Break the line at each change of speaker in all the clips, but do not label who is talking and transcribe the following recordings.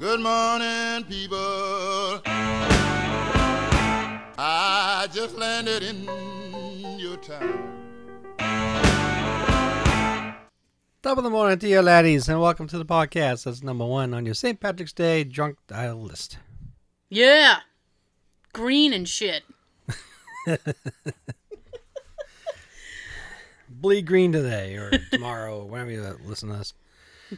Good morning, people. I just landed in your town.
Top of the morning to you, laddies, and welcome to the podcast that's number one on your St. Patrick's Day drunk dial list.
Yeah. Green and shit.
Bleed green today or tomorrow, or whenever you listen to us.
Huh?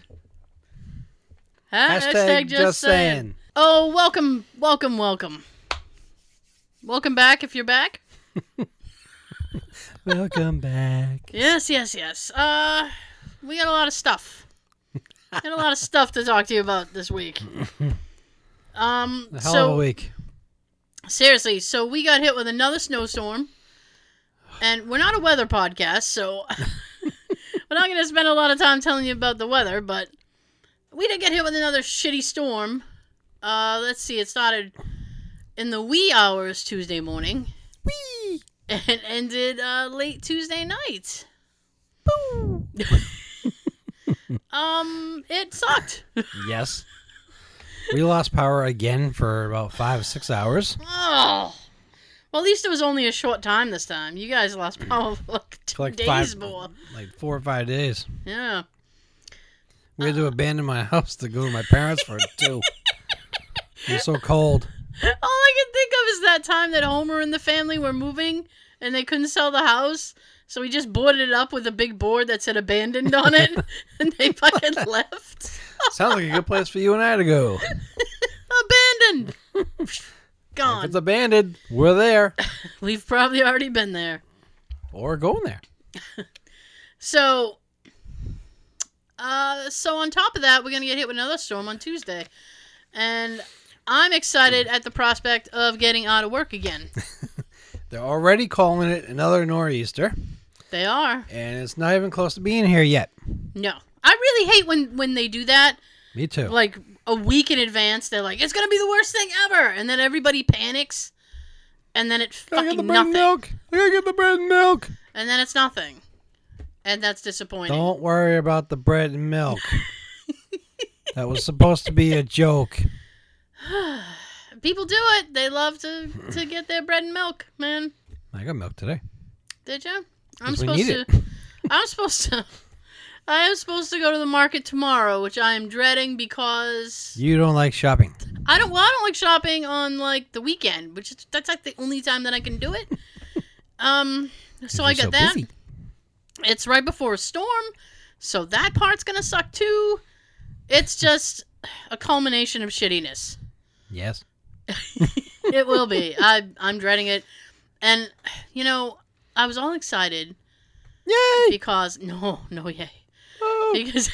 Uh, Hashtag just saying.
Oh, welcome, welcome, welcome. Welcome back if you're back.
Welcome back.
Yes, yes, yes. Uh, we got a lot of stuff. Got a lot of stuff to talk to you about this week. Um,
A hell of a
so
week.
seriously, so we got hit with another snowstorm, and we're not a weather podcast, so we're not going to spend a lot of time telling you about the weather. But we did get hit with another shitty storm. Uh, let's see, it started in the wee hours Tuesday morning, wee, and ended uh, late Tuesday night. um, it sucked.
Yes. We lost power again for about five, six hours.
Oh. Well, at least it was only a short time this time. You guys lost power for like two
For Mm. like
days
five,
more.
like four or five days.
Yeah.
We had to abandon my house to go to my parents for two. It was so cold.
All I can think of is that time that Homer and the family were moving and they couldn't sell the house. So we just boarded it up with a big board that said abandoned on it and they fucking left.
Sounds like a good place for you and I to go.
Abandoned!
If it's
Gone.
abandoned, we're there.
We've probably already been there.
Or going there.
So, uh, so on top of that, we're gonna get hit with another storm on Tuesday, and I'm excited at the prospect of getting out of work again.
They're already calling it another nor'easter,
they are
and it's not even close to being here yet.
no. I really hate when when they do that.
Me too.
Like a week in advance, they're like, "It's gonna be the worst thing ever," and then everybody panics, and then it's
I gotta get
fucking
the bread
nothing,
and milk. I gotta get the bread and milk.
and then it's nothing, and that's disappointing.
Don't worry about the bread and milk. that was supposed to be a joke.
People do it. They love to to get their bread and milk, man.
I got milk today.
Did you? I'm
'Cause we
supposed
need
to. I'm supposed to. I am supposed to go to the market tomorrow, which I am dreading because
You don't like shopping.
I don't. Well, I don't like shopping on like the weekend, which is, that's like the only time that I can do it. Um, so I
You're
got that. It's right before a storm, so that part's gonna suck too. It's just a culmination of shittiness.
Yes.
it will be. I I'm dreading it, and you know I was all excited
Yay!
because no no yay.
Oh,
because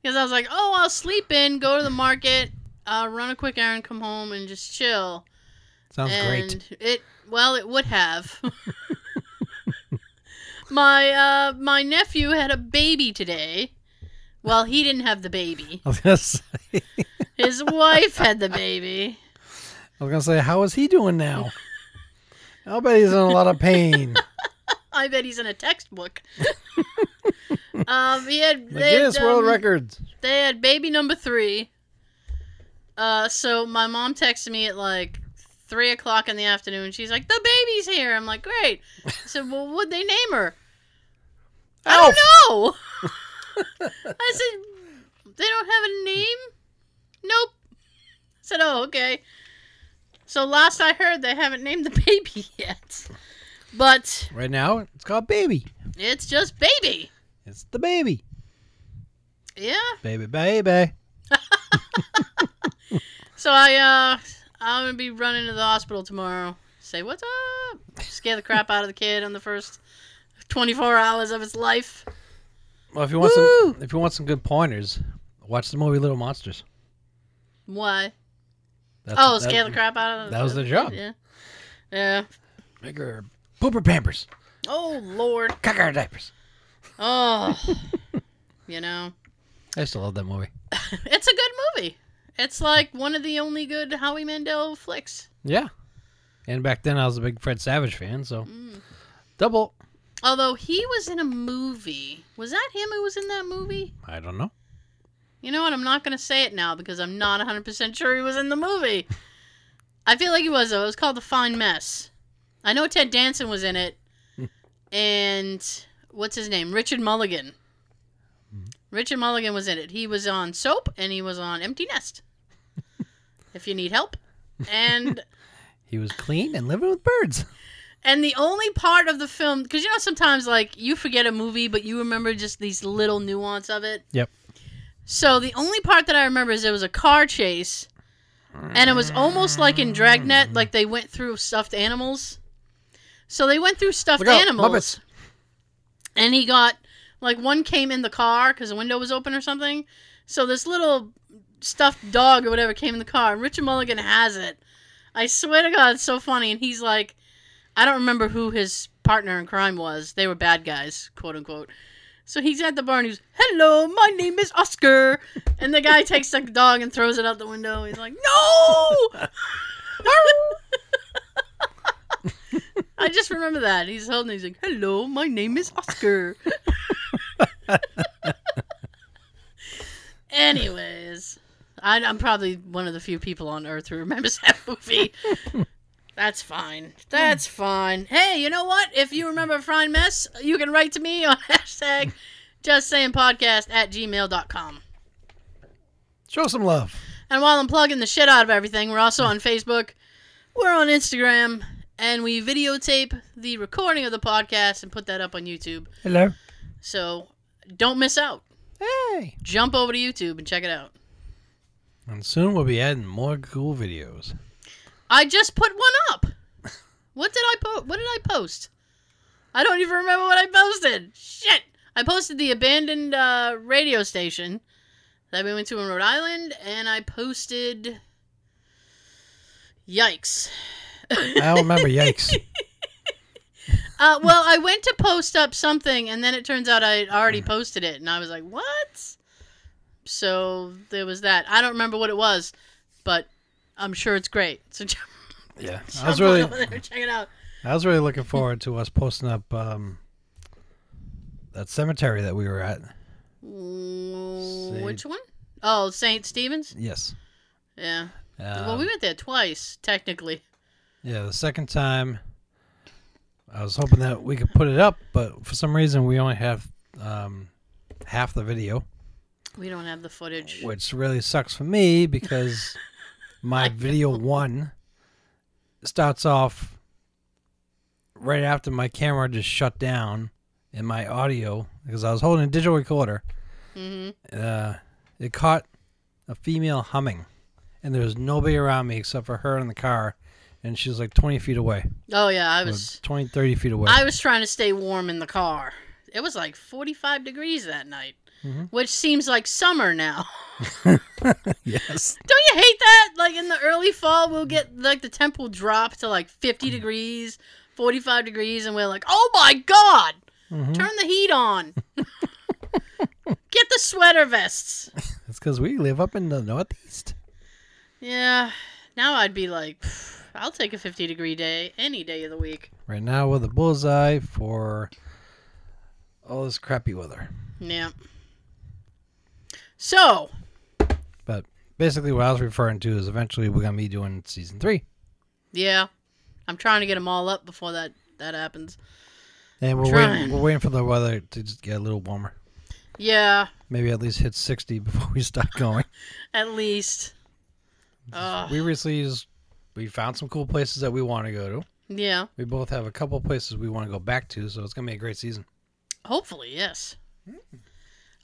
because I was like, oh, I'll sleep in, go to the market, uh, run a quick errand, come home, and just chill.
sounds
and
great.
it well, it would have. my uh, my nephew had a baby today. Well, he didn't have the baby.
I was gonna say, I
His wife had the baby.
was gonna say, how is he doing now? I'll bet he's in a lot of pain.
I bet he's in a textbook. um, he had
The
they had,
Guinness World
um,
Records.
They had baby number three. Uh, so my mom texted me at like three o'clock in the afternoon. She's like, "The baby's here." I'm like, "Great." I said, "Well, what'd they name her?" I
Elf.
don't know. I said, "They don't have a name." Nope. I said, "Oh, okay." So last I heard, they haven't named the baby yet, but
Right now, it's called baby.
it's just baby.
It's the baby.
Yeah.
Baby, baby.
So I uh I'm gonna be running to the hospital tomorrow. Say what's up? Scare the crap out of the kid on the first twenty four hours of its life.
Well, if you want
Woo!
some, if you want some good pointers, watch the movie Little Monsters.
Why?
That's,
Oh,
that-
scare the crap out of
that was their job.
Yeah. Yeah.
Make her poop her pampers,
Oh Lord.
cock her diapers.
Oh you know.
I used to love that movie.
It's a good movie. It's like one of the only good Howie Mandel flicks.
Yeah, and back then I was a big Fred Savage fan, so
Mm.
double.
Although he was in a movie. Was that him who was in that movie?
I don't know.
You know what? I'm not going to say it now because I'm not 100% sure he was in the movie. I feel like he was, though. It was called The Fine Mess. I know Ted Danson was in it. and what's his name? Richard Mulligan. Richard Mulligan was in it. He was on Soap and he was on Empty Nest. if you need help. And
He was clean and living with birds.
and the only part of the film, because you know sometimes like you forget a movie, but you remember just these little nuance of it.
Yep.
So the only part that I remember is there was a car chase, and it was almost like in
Mm.
Dragnet, like they went through stuffed animals. So they went through stuffed
Look out,
animals,
Muppets.
and he got like one came in the car because the window was open or something. So this little stuffed dog or whatever came in the car, and Richard Mulligan has it. I swear to God, it's so funny. And he's like, I don't remember who his partner in crime was. They were bad guys, quote unquote. So he's at the bar and he's, hello, my name is Oscar. And the guy takes the dog and throws it out the window. He's like, no! I just remember that. He's holding, he's like, hello, my name is Oscar. Anyways, I, I'm probably one of the few people on earth who remembers that movie. That's fine. That's fine. Hey, you know what? If you remember Frying Mess, you can write to me on hashtag just saying podcast at gmail.com.
Show some love.
And while I'm plugging the shit out of everything, we're also on Facebook, we're on Instagram, and we videotape the recording of the podcast and put that up on YouTube.
Hello.
So don't miss out.
Hey.
Jump over to YouTube and check it out.
And soon we'll be adding more cool videos.
I just put one up. What did I post? What did I post? I don't even remember what I posted. Shit! I posted the abandoned uh, radio station that we went to in Rhode Island, and I posted. Yikes!
I don't remember. Yikes.
Uh, well, I went to post up something, and then it turns out I had already posted it, and I was like, "What?" So there was that. I don't remember what it was, but I'm sure it's great. So jump
Yeah. I
jump
was
on
really,
over there and check it out.
I was really looking forward to us posting up um, that cemetery that we were at.
Mm, Which one? Oh, St. Stephen's?
Yes.
Yeah.
Um,
well, we went there twice, technically.
Yeah, the second time, I was hoping that we could put it up, but for some reason we only have um, half the video,
We don't have the footage.
which really sucks for me because my video one starts off right after my camera just shut down and my audio because I was holding a digital recorder.
Mhm.
Uh, it caught a female humming, and there was nobody around me except for her in the car, and she was like 20 feet away.
Oh yeah, I
Or
was
20, 30 feet away.
I was trying to stay warm in the car. It was like 45 degrees that night, which seems like summer now.
yes.
Don't you hate that? Like in the early fall, we'll get like the temp will drop to like 50 degrees, 45 degrees, and we're like, oh my god, turn the heat on. get the sweater vests.
It's because we live up in the Northeast.
Yeah. Now I'd be like, "Pff, I'll take a 50 degree day any day of the week.
Right now, we're the bullseye for all this crappy weather.
Yeah. So,
But basically, what I was referring to is eventually we're going to be doing season three.
yeah. I'm trying to get them all up before that that happens.
And we're
Trying.
waiting, we're waiting for the weather to just get a little warmer.
Yeah,
Maybe at least hit 60 before we start going.
at least. Uh, Ugh.
we recently just- we found some cool places that we want to go to.
yeah.
We both have a couple places we want to go back to, so it's going to be a great season.
Hopefully, yes.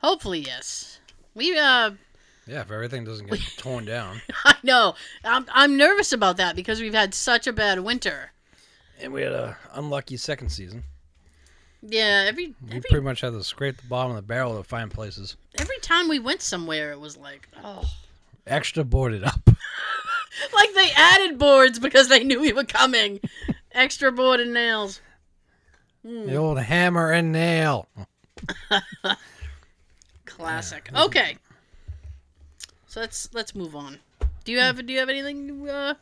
Hopefully, yes. We uh
Yeah, if everything doesn't get torn down.
I know. I'm I'm nervous about that because we've had such a bad winter.
And we had a unlucky second season.
Yeah, every
We
every
pretty much had to scrape the bottom of the barrel to find places.
every time we went somewhere it was like, oh,
Extra boarded up.
like they added boards because they knew we were coming. Extra board and nails.
The old hammer and nail.
Classic. Okay. So let's let's move on. Do you have do you have anything you, uh,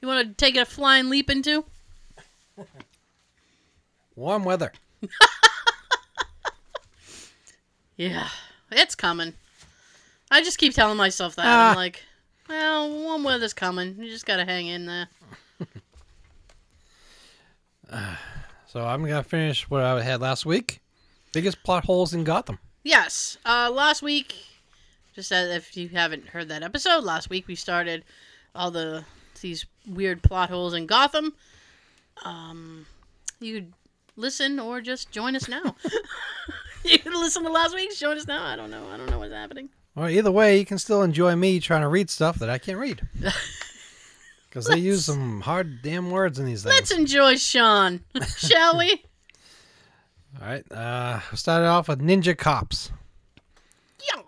you want to take a flying leap into?
Warm weather.
Yeah, it's coming. I just keep telling myself that.
Ah.
I'm like, well, warm weather's coming. You just gotta hang in there.
So I'm gonna finish what I had last week. Biggest plot holes in Gotham.
Yes. Uh, last week, just as if you haven't heard that episode, last week we started all the these weird plot holes in Gotham. Um, you could listen or just join us now. you can listen to last week's, join us now. I don't know. I don't know what's happening.
Well, either way, you can still enjoy me trying to read stuff that I can't read. Because they use some hard damn words in these
Let's
things.
enjoy Sean, shall we?
All right. Uh, we started off with Ninja Cops.
Yeah.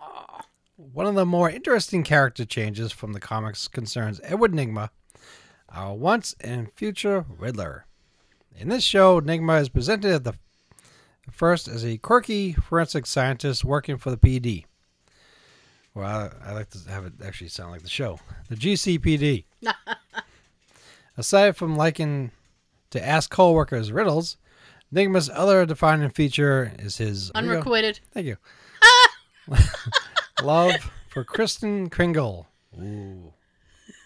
One of the more interesting character changes from the comics concerns Edward Nigma, our once and future Riddler. In this show, Nigma is presented at the first as a quirky forensic scientist working for the PD. Well, I, I like to have it actually sound like the show, the GCPD. Aside from liking to ask coworkers riddles, Nigma's other defining feature is his
Unrequited.
Thank you. Love for Kristen Kringle. Ooh.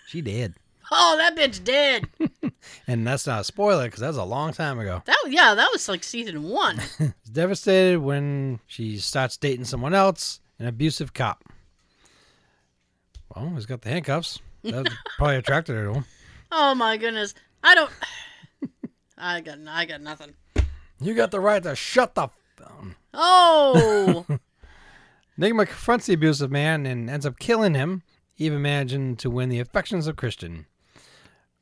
She did.
Oh, that bitch dead.
And that's not a spoiler because that was a long time ago.
That was yeah, that was like season one.
She's devastated when she starts dating someone else, an abusive cop. Well, he's got the handcuffs. That probably attracted her to him.
Oh my goodness. I don't. I got I got nothing.
You got the right to shut the. F-
Oh,
Nigma confronts the abusive man and ends up killing him, even managing to win the affections of Christian.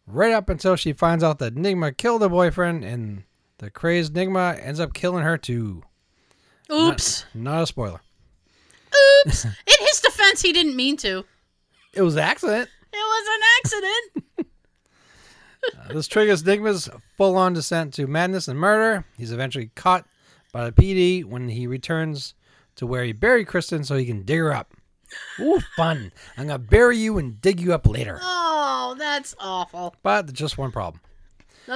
Right up until she finds out that Nigma killed her boyfriend, and the crazed Nigma ends up killing her too.
oops,
Not a spoiler.
oops. In his defense, he didn't mean to. It
It was an accident.
was an accident.
Uh, this triggers Nigma's full on descent to madness and murder. He's eventually caught by the PD when he returns to where he buried Kristen so he can dig her up. Ooh, fun. I'm going to bury you and dig you up later.
Oh, that's awful.
But there's just one problem.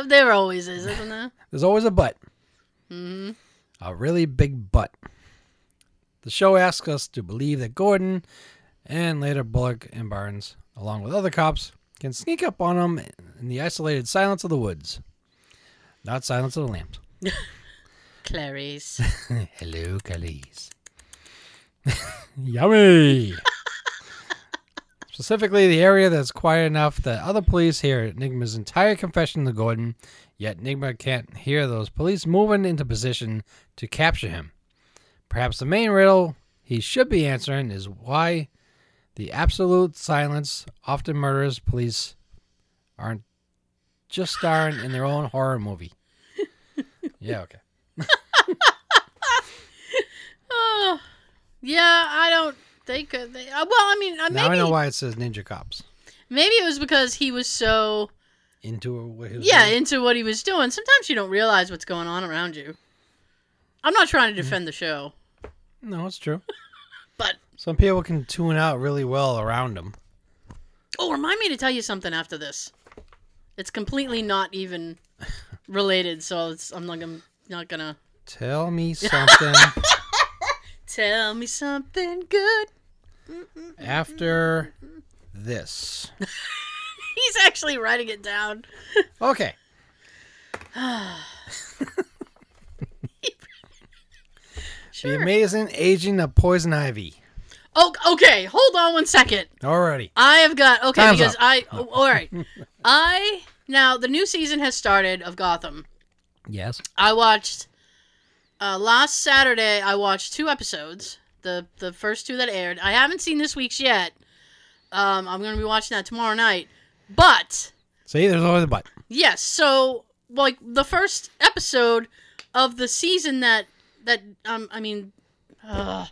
There always is, isn't there?
There's always a but. A really big but. The show asks us to believe that Gordon and later Bullock and Barnes, along with other cops, can sneak up on him in the isolated silence of the woods. Not silence of the lambs.
Clarice.
Hello, Khalees. Yummy! Specifically, the area that's quiet enough that other police hear Nigma's entire confession to Gordon, yet Nigma can't hear those police moving into position to capture him. Perhaps the main riddle he should be answering is why the absolute silence often murders police aren't just starring in their own horror movie. Yeah, okay.
Oh, yeah. I don't. They could. They, uh, well, I mean, uh,
Now I know
maybe
why it says Ninja Cops.
maybe it was because he was so
into a- what he was
yeah
doing.
into what he was doing. Sometimes you don't realize what's going on around you. I'm not trying to defend the show,
no, it's true.
but
Some people can tune out really well around them.
Oh, remind me to tell you something after this. It's completely not even related, so it's I'm not I'm not gonna
Tell me something
tell me something good.
after this.
He's actually writing it down.
Okay. The
Sure.
amazing aging of poison ivy.
oh, okay. Hold on one second.
Alrighty.
I have got okay
Time's
because
up.
I oh, all right. I now the new season has started of Gotham.
Yes.
I watched uh, last Saturday. I watched two episodes, the the first two that aired. I haven't seen this week's yet. Um, I'm gonna be watching that tomorrow night. But
See, there's always a but.
yes, so like the first episode of the season that that um I mean, ugh,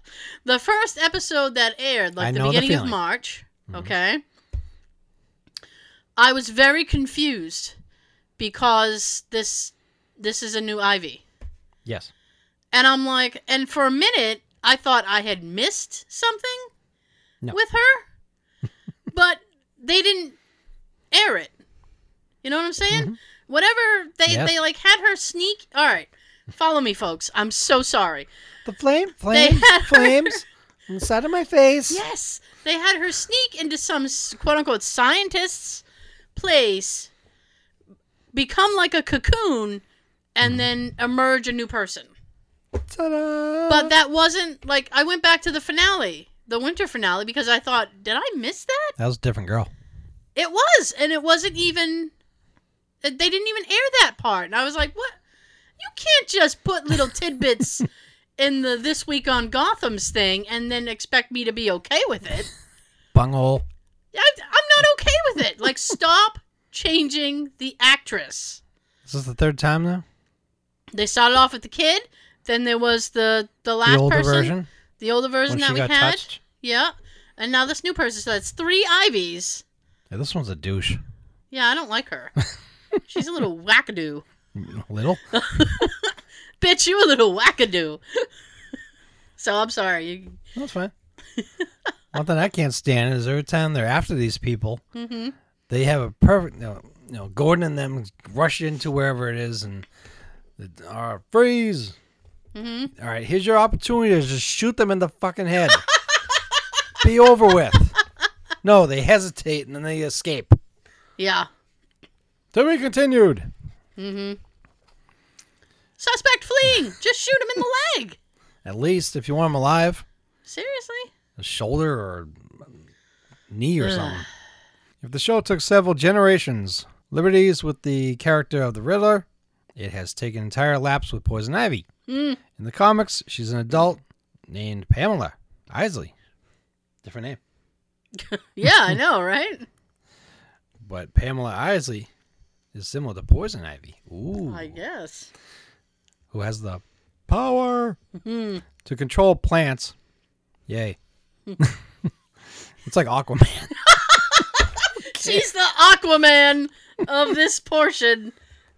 the first episode that aired like
I
the
know the
beginning of
feeling. Mm-hmm.
March. Okay, I was very confused because this this is a new Ivy.
Yes.
And I'm like, and for a minute, I thought I had missed something
No.
with her, but they didn't air it. You know what I'm saying? Whatever they
Mm-hmm. Yes.
they like had her sneak. All right, follow me, folks. I'm so sorry.
The flame, flame,
had her-
flames. Inside of my face.
Yes, they had her sneak into some quote unquote scientist's place, become like a cocoon,
Mm-hmm.
and then emerge a new person.
Ta-da.
But that wasn't like I went back to the finale, the winter finale, because I thought, did I miss that?
that was a different girl.
It was, and it wasn't even. uh, They didn't even air that part, and I was like, what? You can't just put little tidbits in the this week on Gotham's thing and then expect me to be okay with it.
Bunghole.
I, I'm not okay with it. Like, stop changing the actress.
Is this the third time now?
They started off with the kid, then there was the the last
the older
person,
version.
the older
When
version that
she
we
got
had.
touched.
Yeah, and now this new person. So that's three Ivies.
Yeah, this one's a douche.
Yeah, I don't like her. She's a little wackadoo.
Little.
Bitch, you a little wackadoo. so I'm sorry. You,
That's fine. One thing I can't stand is every time they're after these people,
Mhm.
they have a perfect. You know, you know, Gordon and them rush into wherever it is and the- all right, freeze.
Mhm.
All right, here's your opportunity to just shoot them in the fucking head. Be over with. No, they hesitate and then they escape.
yeah.
To be continued.
Suspect fleeing. Just shoot him in the leg.
At least if you want them alive,
Seriously.
a shoulder or knee or something. If the show took several generations liberties with the character of the Riddler, it has taken entire laps with Poison Ivy.
Mm.
In the comics, she's an adult named Pamela Isley. Different name.
Yeah, I know, right?
But Pamela Isley is similar to Poison Ivy. Ooh.
I guess.
Who has the power
Mm.
to control plants. Yay. it's like Aquaman.
She's the Aquaman of this portion.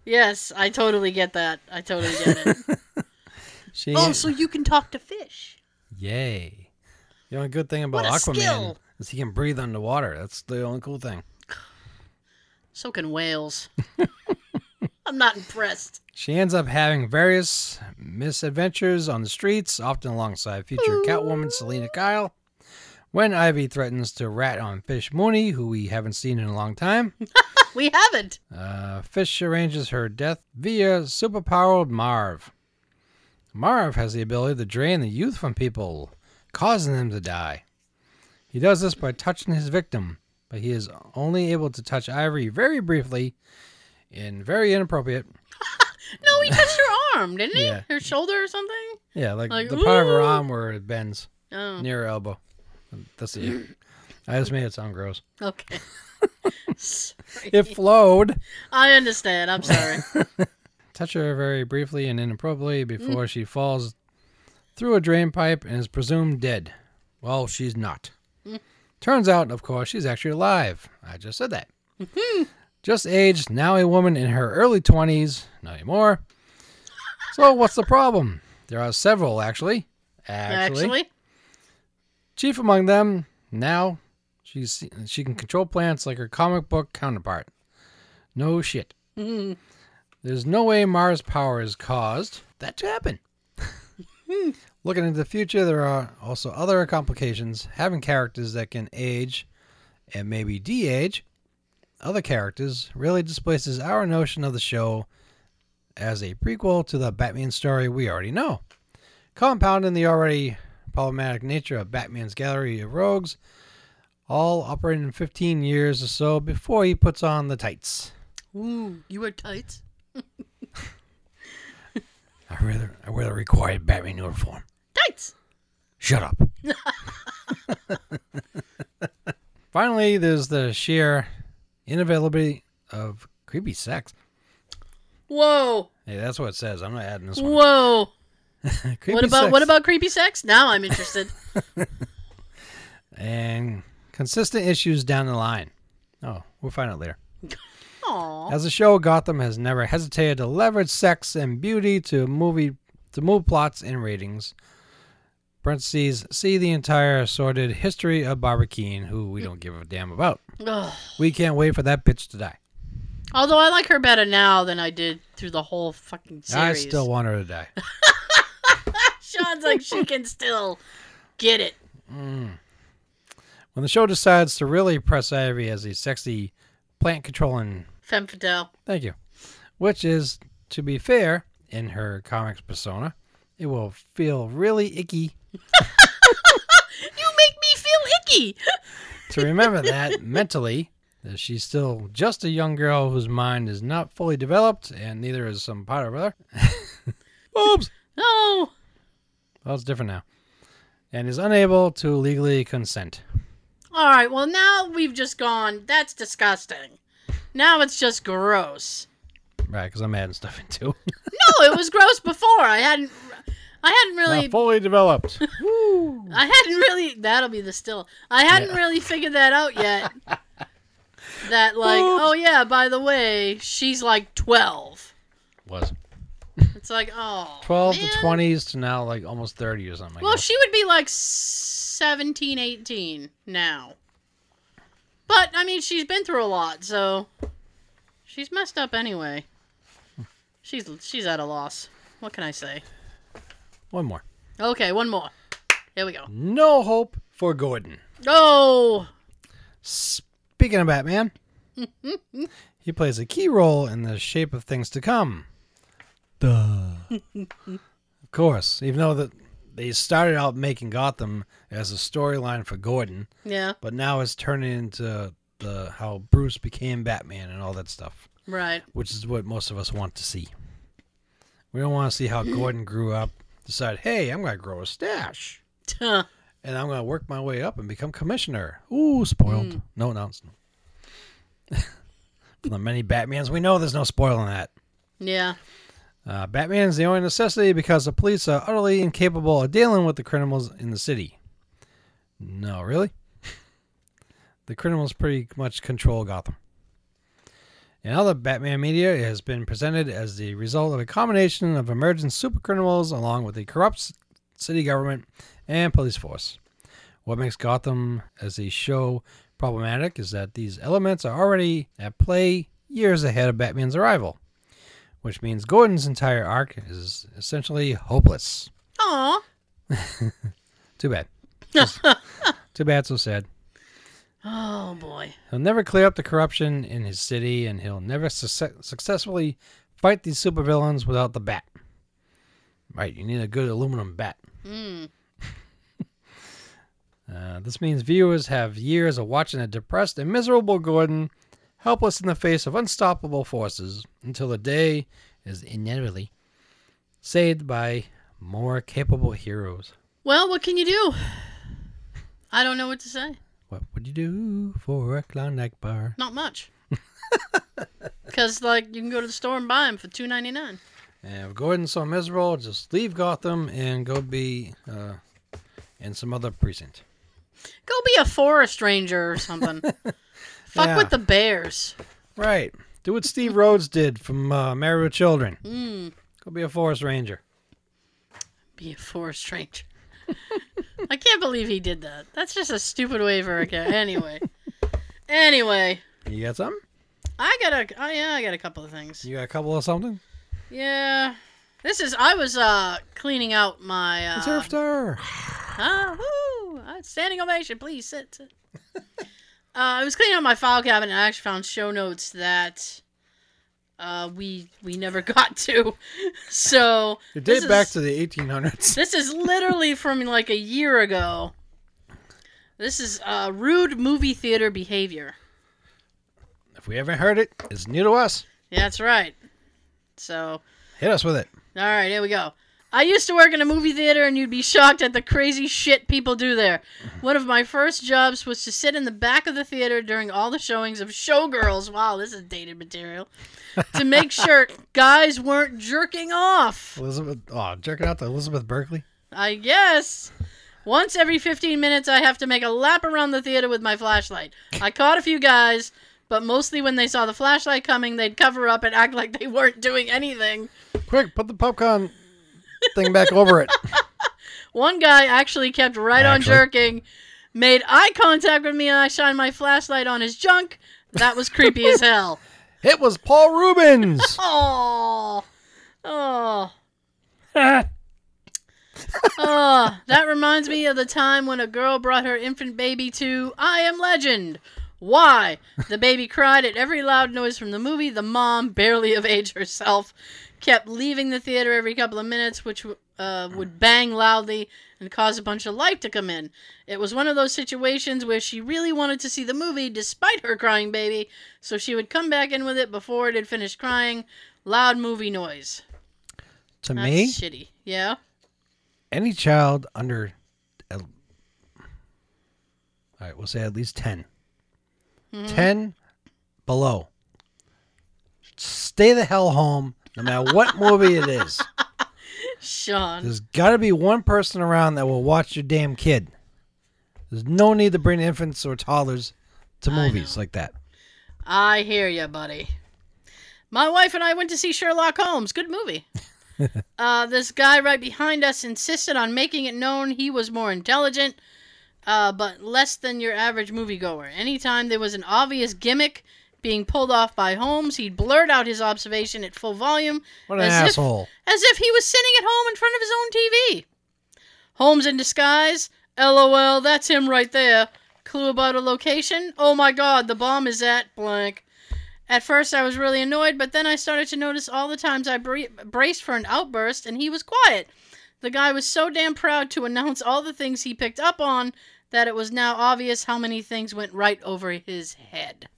Yes, I totally get that. I totally get it.
She
oh, so you can talk to fish.
Yay. The only good thing about
What a
Aquaman
skill.
is he can breathe underwater. That's the only cool thing.
So can whales. I'm not impressed.
She ends up having various misadventures on the streets, often alongside future Catwoman Selena Kyle. When Ivy threatens to rat on Fish Mooney, who we haven't seen in a long time,
We haven't.
uh, Fish arranges her death via superpowered Marv. Marv has the ability to drain the youth from people, causing them to die. He does this by touching his victim, but he is only able to touch Ivory very briefly and very inappropriate.
No, he touched her arm, didn't he?
Yeah.
Her shoulder or something?
Yeah, like,
Like,
the part of her
"Ooh."
arm where it bends
Oh,
near her elbow. That's it. I just made it sound gross.
okay. Sorry.
It flowed.
I understand. I'm sorry.
Touch her very briefly and inappropriately before she falls through a drain pipe and is presumed dead. Well, she's not. Turns out, of course, she's actually alive. I just said that. just aged, now a woman in her early 20s, not anymore. So, what's the problem? There are several, actually.
Actually,
Chief among them, now she's she can control plants like her comic book counterpart. No shit.
Mm.
There's no way Mars power is caused that to happen. Looking into the future, there are also other complications. Having characters that can age and maybe de-age other characters really displaces our notion of the show as a prequel to the Batman story we already know. Compounding the already problematic nature of Batman's gallery of rogues, all operating in 15 years or so before he puts on the tights.
Ooh, you wear tights?
I wear the, I wear the required Batman uniform.
Tights!
Shut up. Finally, there's the sheer inavailability of creepy sex.
Whoa!
Hey, that's what it says. I'm not adding this one.
Whoa!
Creepy
what about
sex.
what about creepy sex? Now I'm interested.
and consistent issues down the line. Oh, we'll find out later.
Aw.
As a show, Gotham has never hesitated to leverage sex and beauty to movie to move plots and ratings. Parentheses, see the entire sordid history of Barbara Keene, who we don't give a damn about.
Ugh.
We can't wait for that bitch to die.
Although I like her better now than I did through the whole fucking
I
series.
still want her to die.
Sean's like she can still get it.
When the show decides to really press Ivy as a sexy plant controlling
Femme Fatale.
Thank you. Which is, to be fair, in her comics persona, it will feel really icky
You make me feel icky.
to remember that mentally, that she's still just a young girl whose mind is not fully developed, and neither is some part of her. Oops!
No.
Well, it's different now. And is unable to legally consent.
All right. Well, now we've just gone. That's disgusting. Now it's just gross.
Right, because I'm adding stuff into
No, it was gross before. I hadn't. I hadn't really.
Not fully developed. Woo!
I hadn't really. That'll be the still. I hadn't
Yeah.
really figured that out yet. that like,
Oops.
oh yeah. By the way, she's like twelve.
Was
It's like, oh.
12
man.
to 20s to now like almost 30 or something. I
Well,
guess.
she would be like 17, 18 now. But, I mean, she's been through a lot, so she's messed up anyway. She's she's at a loss. What can I say?
One more.
Okay, one more. Here we go.
No hope for Gordon.
Oh,
Speaking of Batman, he plays a key role in the shape of things to come. Duh. of course, even though that they started out making Gotham as a storyline for Gordon,
yeah,
but now it's turning into the how Bruce became Batman and all that stuff,
right.
which is what most of us want to see. We don't want to see how Gordon grew up, decide, hey, I'm going to grow a stash
Huh.
and I'm going to work my way up and become commissioner. Ooh, spoiled. No, no, it's no. For the many Batmans, we know there's no spoiling that.
yeah,
Uh, Batman is the only necessity because the police are utterly incapable of dealing with the criminals in the city. No, really? the criminals pretty much control Gotham. In other Batman media, it has been presented as the result of a combination of emergent supercriminals along with the corrupt c- city government and police force. What makes Gotham as a show problematic is that these elements are already at play years ahead of Batman's arrival which means Gordon's entire arc is essentially hopeless.
Aw.
Too bad. Just- too bad, so sad.
Oh, boy.
He'll never clear up the corruption in his city, and he'll never succe- successfully fight these supervillains without the bat. Right, you need a good aluminum bat.
Mm.
Uh, this means viewers have years of watching a depressed and miserable Gordon, helpless in the face of unstoppable forces, until the day is inevitably saved by more capable heroes.
Well, what can you do? I don't know what to say.
What would you do for a Klondike bar?
Not much. Because, like, you can go to the store and buy them for two ninety nine.
And if Gordon's so miserable, just leave Gotham and go be uh, in some other precinct.
Go be a forest ranger or something. Fuck
Yeah.
with the bears.
Right. Do what Steve Rhodes did from uh, Married with Children.
Mm,
Go be a forest ranger.
be a forest ranger. I can't believe he did that. That's just a stupid way for a cat. Anyway, anyway,
You got something?
I got a. Oh yeah, I got a couple of things.
You got a couple of something?
Yeah, this is. I was uh cleaning out my. Uh,
It's after.
Ah, woo! Uh, Standing ovation, please sit. sit. Uh, I was cleaning out my file cabinet and I actually found show notes that uh, we we never got to. So
It
this
dates back
is-
to the 1800s.
This is literally from like a year ago. This is uh, rude movie theater behavior.
If we haven't heard it, it's new to us.
Yeah, that's right. So
Hit us with it.
All right, here we go. I used to work in a movie theater, and you'd be shocked at the crazy shit people do there. One of my first jobs was to sit in the back of the theater during all the showings of Showgirls. Wow, this is dated material. To make sure guys weren't jerking off.
Elizabeth, oh, jerking out to Elizabeth Berkeley.
I guess. Once every 15 minutes, I have to make a lap around the theater with my flashlight. I caught a few guys, but mostly when they saw the flashlight coming, they'd cover up and act like they weren't doing anything.
Quick, put the popcorn thing back over it.
One guy actually kept right
Actually.
on jerking, made eye contact with me, and I shined my flashlight on his junk. That was creepy as hell.
It was Paul Rubens.
Oh, oh. Oh, that reminds me of the time when a girl brought her infant baby to I Am Legend. Why? The baby cried at every loud noise from the movie. The mom, barely of age herself, kept leaving the theater every couple of minutes, which uh, would bang loudly and cause a bunch of light to come in. It was one of those situations where she really wanted to see the movie despite her crying baby, so she would come back in with it before it had finished crying. Loud movie noise.
To
That's
me,
shitty. Yeah.
any child under, uh, all right, we'll say at least 10. 10 below. Stay the hell home, no matter what movie it is.
Sean.
There's got to be one person around that will watch your damn kid. There's no need to bring infants or toddlers to
I
movies like that.
I hear you, buddy. My wife and I went to see Sherlock Holmes. Good movie. uh, this guy right behind us insisted on making it known he was more intelligent, uh, but less than your average moviegoer. Anytime there was an obvious gimmick being pulled off by Holmes, he'd blurt out his observation at full volume
What an
As if-
asshole.
as if he was sitting at home in front of his own TV. Holmes in disguise. LOL, that's him right there. Clue about a location? Oh my god, the bomb is at blank. At first, I was really annoyed, but then I started to notice all the times I bra- braced for an outburst and he was quiet. The guy was so damn proud to announce all the things he picked up on that it was now obvious how many things went right over his head.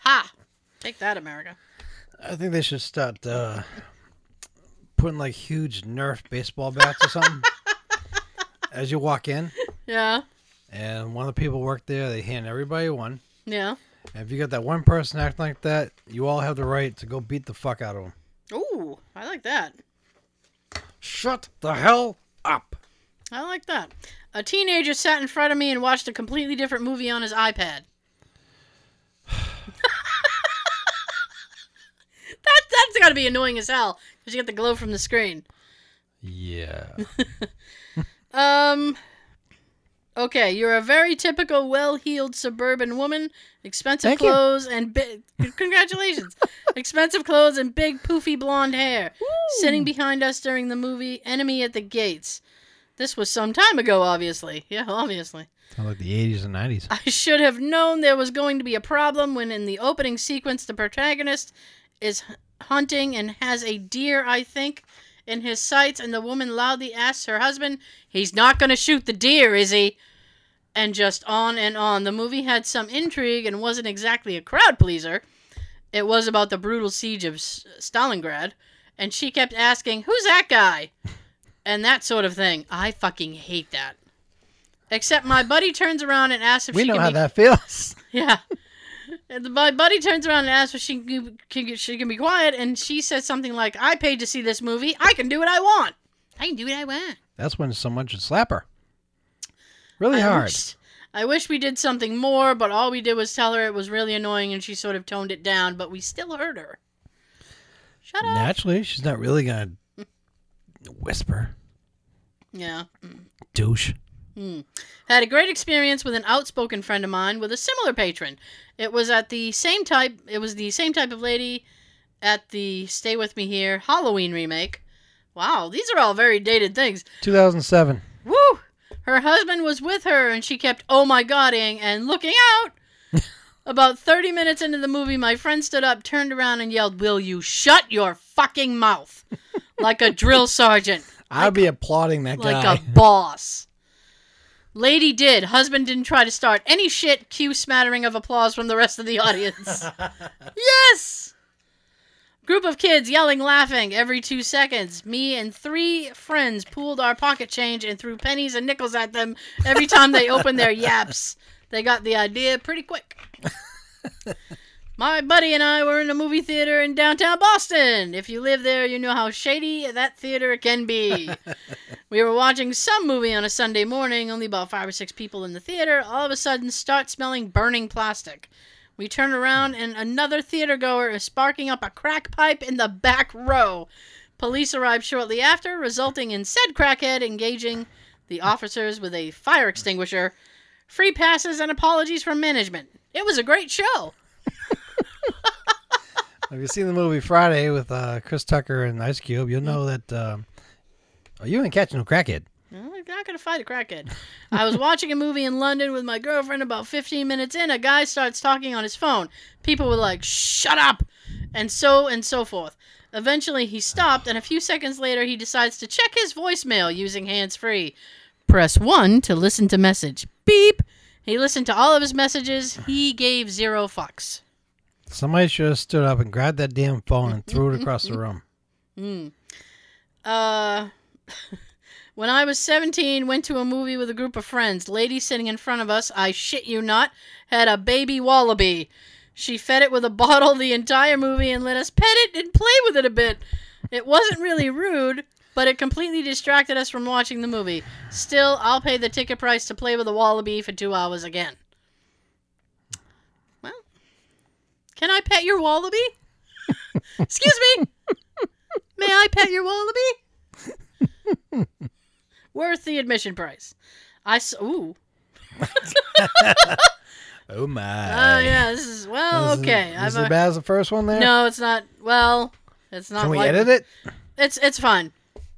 Ha! Take that, America.
I think they should start uh, putting like huge Nerf baseball bats or something as you walk in.
Yeah,
And one of the people work there, they hand everybody one.
yeah.
And if you got that one person acting like that, you all have the right to go beat the fuck out of them.
Ooh, I like that.
Shut the hell up.
I like that. A teenager sat in front of me and watched a completely different movie on his iPad. that that's got to be annoying as hell because you get the glow from the screen.
Yeah.
Um. Okay, you're a very typical well-heeled suburban woman, expensive
Thank you.
clothes and big congratulations. expensive clothes and big poofy blonde hair. Sitting behind us during the movie Enemy at the Gates. This was some time ago, obviously. Yeah, obviously.
Sounds like the 80s and 90s.
I should have known there was going to be a problem when, in the opening sequence, the protagonist is h- hunting and has a deer, I think, in his sights, and the woman loudly asks her husband, He's not going to shoot the deer, is he? And just on and on. The movie had some intrigue and wasn't exactly a crowd pleaser. It was about the brutal siege of S- Stalingrad, and she kept asking, Who's that guy? And that sort of thing. I fucking hate that. Except my buddy turns around and asks if
We
she
know
can
how
be
that feels.
yeah. And my buddy turns around and asks if she can, can, she can be quiet, and she says something like, I paid to see this movie. I can do what I want. I can do what I want.
That's when someone should slap her. Really
I
hard.
wish- I wish we did something more, but all we did was tell her it was really annoying, and she sort of toned it down, but we still heard her. Shut up.
Naturally, she's not really going to whisper.
Yeah. Mm.
Douche.
Hmm. Had a great experience with an outspoken friend of mine with a similar patron. It was at the same type. It was the same type of lady at the Stay with Me here Halloween remake. Wow, these are all very dated things.
2007.
Woo! Her husband was with her and she kept oh my godding and looking out. About 30 minutes into the movie, my friend stood up, turned around, and yelled, Will you shut your fucking mouth? Like a drill sergeant,
I'd be applauding that
like
guy.
a boss. Lady did. Husband didn't try to start any shit. Cue smattering of applause from the rest of the audience. yes! Group of kids yelling, laughing every two seconds. Me and three friends pooled our pocket change and threw pennies and nickels at them every time they opened their yaps. They got the idea pretty quick. My buddy and I were in a movie theater in downtown Boston. If you live there, you know how shady that theater can be. we were watching some movie on a Sunday morning, only about five or six people in the theater, all of a sudden start smelling burning plastic. We turn around and another theater goer is sparking up a crack pipe in the back row. Police arrived shortly after, resulting in said crackhead engaging the officers with a fire extinguisher, free passes, and apologies from management. It was a great show. Mm.
If you seen the movie Friday with uh, Chris Tucker and Ice Cube, you'll know that um Oh, you ain't catching no crackhead.
Well, I'm not gonna fight a crackhead. I was watching a movie in London with my girlfriend. About 15 minutes in, a guy starts talking on his phone. People were like, "Shut up," and so and so forth. Eventually, he stopped, and a few seconds later, he decides to check his voicemail using hands free. Press one to listen to message. Beep. He listened to all of his messages. He gave zero fucks.
Somebody should have stood up and grabbed that damn phone and threw it across the room.
Uh, when I was 17, went to a movie with a group of friends. Lady sitting in front of us, I shit you not, had a baby wallaby. She fed it with a bottle the entire movie and let us pet it and play with it a bit. It wasn't really rude, but it completely distracted us from watching the movie. Still, I'll pay the ticket price to play with a wallaby for two hours again. Well, can I pet your wallaby? Excuse me. May I pet your wallaby? Worth the admission price. I s- ooh.
Oh my!
Oh yeah, this is well
Is it-
okay.
Is
I've
it
a-
bad as the first one there?
no, it's not. Well, it's not.
Can we
like-
edit it?
It's it's fine.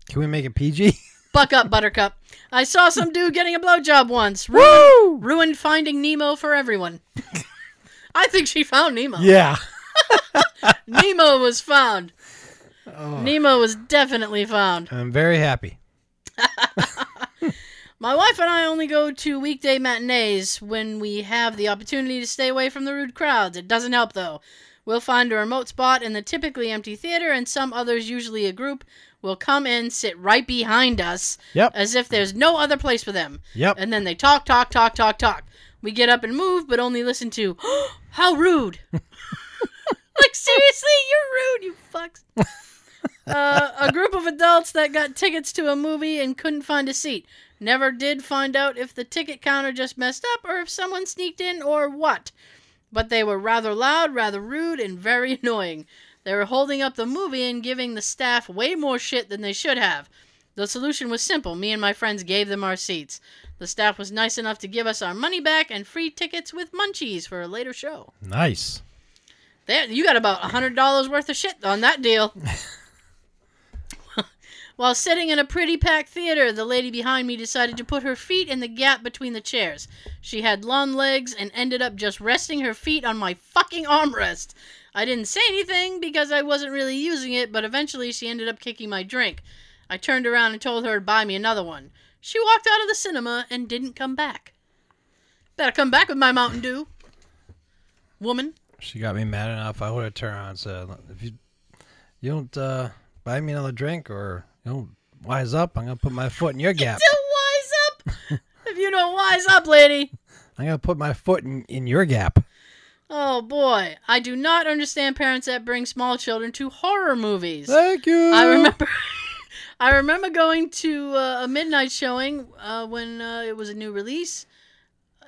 Can we make it PG?
Buck up, Buttercup. I saw some dude getting a blowjob once. Ru-
Woo!
Ruined Finding Nemo for everyone. I think she found Nemo.
Yeah.
Nemo was found.
Oh,
Nemo was definitely found.
I'm very happy.
My wife and I only go to weekday matinees when we have the opportunity to stay away from the rude crowds. It doesn't help though. We'll find a remote spot in the typically empty theater, and some others, usually a group, will come in, sit right behind us
Yep.
as if there's no other place for them.
Yep.
And then they talk, talk, talk, talk, talk. We get up and move, but only listen to, how rude. like, seriously? You're rude, you fucks. uh, a group of adults that got tickets to a movie and couldn't find a seat. Never did find out if the ticket counter just messed up or if someone sneaked in or what. But they were rather loud, rather rude, and very annoying. They were holding up the movie and giving the staff way more shit than they should have. The solution was simple. Me and my friends gave them our seats. The staff was nice enough to give us our money back and free tickets with munchies for a later show.
Nice.
There, you got about $100 worth of shit on that deal. While sitting in a pretty packed theater, the lady behind me decided to put her feet in the gap between the chairs. She had long legs and ended up just resting her feet on my fucking armrest. I didn't say anything because I wasn't really using it, but eventually she ended up kicking my drink. I turned around and told her to buy me another one. She walked out of the cinema and didn't come back. Better come back with my Mountain Dew. Woman.
She got me mad enough. I would have turned around and said, "If you you don't uh, buy me another drink or you don't wise up, I'm gonna put my foot in your gap.
to wise up. if you don't wise up, lady.
I'm gonna put my foot in, in your gap."
Oh boy, I do not understand parents that bring small children to horror movies.
Thank you.
I remember, I remember going to uh, a midnight showing uh, when uh, it was a new release,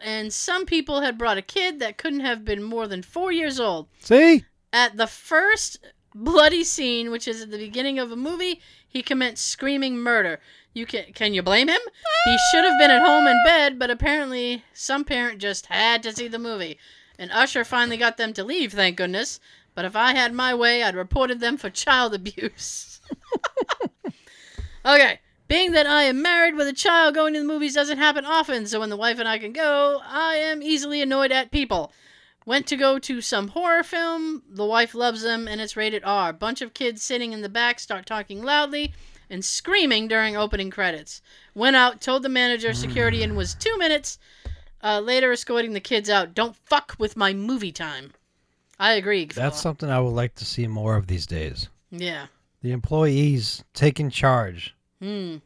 and some people had brought a kid that couldn't have been more than four years old.
See,
At the first bloody scene, which is at the beginning of a movie, he commits screaming murder. You can can you blame him? He should have been at home in bed, but apparently some parent just had to see the movie. And Usher finally got them to leave, thank goodness. But if I had my way, I'd reported them for child abuse. okay. Being that I am married with a child, going to the movies doesn't happen often, so when the wife and I can go, I am easily annoyed at people. Went to go to some horror film. The wife loves them, and it's rated R. Bunch of kids sitting in the back start talking loudly and screaming during opening credits. Went out, told the manager security, and was two minutes uh, later escorting the kids out. Don't fuck with my movie time. I agree.
that's
Fla.
something I would like to see more of these days.
yeah.
The employees taking charge.
Hmm.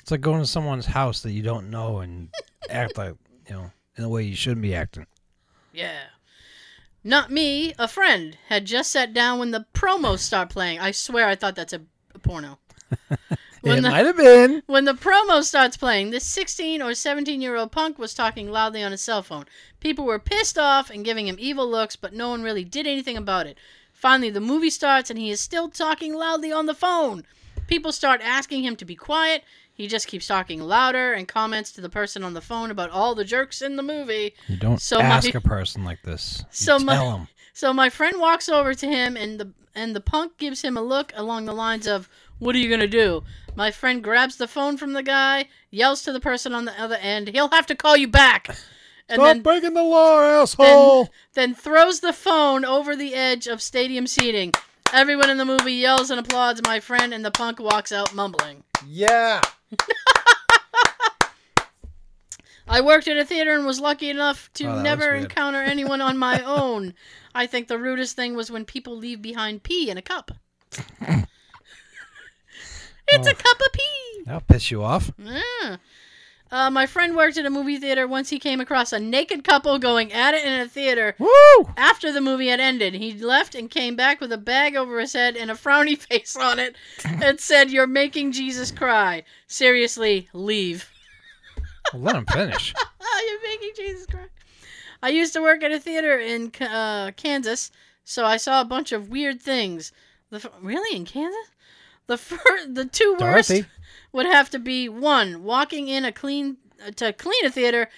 It's like going to someone's house that you don't know and act like you know in the way you shouldn't be acting.
Yeah. Not me. A friend had just sat down when the promos start playing. I swear, I thought that's a, a porno.
it
When the-
might have been.
When the promo starts playing, this 16 or 17 year old punk was talking loudly on his cell phone. People were pissed off and giving him evil looks, but no one really did anything about it. Finally, the movie starts and he is still talking loudly on the phone. People start asking him to be quiet. He just keeps talking louder and comments to the person on the phone about all the jerks in the movie.
You don't
So my-
ask a person like this. You
So my-
tell 'em.
So my friend walks over to him and the and the punk gives him a look along the lines of, What are you going to do? My friend grabs the phone from the guy, yells to the person on the other end, he'll have to call you back. And
Stop
then,
breaking the law, asshole.
then throws the phone over the edge of stadium seating. Everyone in the movie yells and applauds my friend, and the punk walks out mumbling.
Yeah.
I worked at a theater and was lucky enough to
Oh, that was
never
weird.
encounter anyone on my own. I think the rudest thing was when people leave behind pee in a cup. it's
Oh.
a cup of pee.
That'll piss you off.
Yeah. Uh, my friend worked at a movie theater once he came across a naked couple going at it in a theater
Woo!
after the movie had ended. He left and came back with a bag over his head and a frowny face on it and said, You're making Jesus cry. Seriously, leave.
Well, let him finish.
Oh, you're making Jesus cry. I used to work at a theater in K- uh, Kansas, so I saw a bunch of weird things. The f- really in Kansas? The fir- the two worst
Dorothy.
would have to be one walking in a clean uh, to clean a theater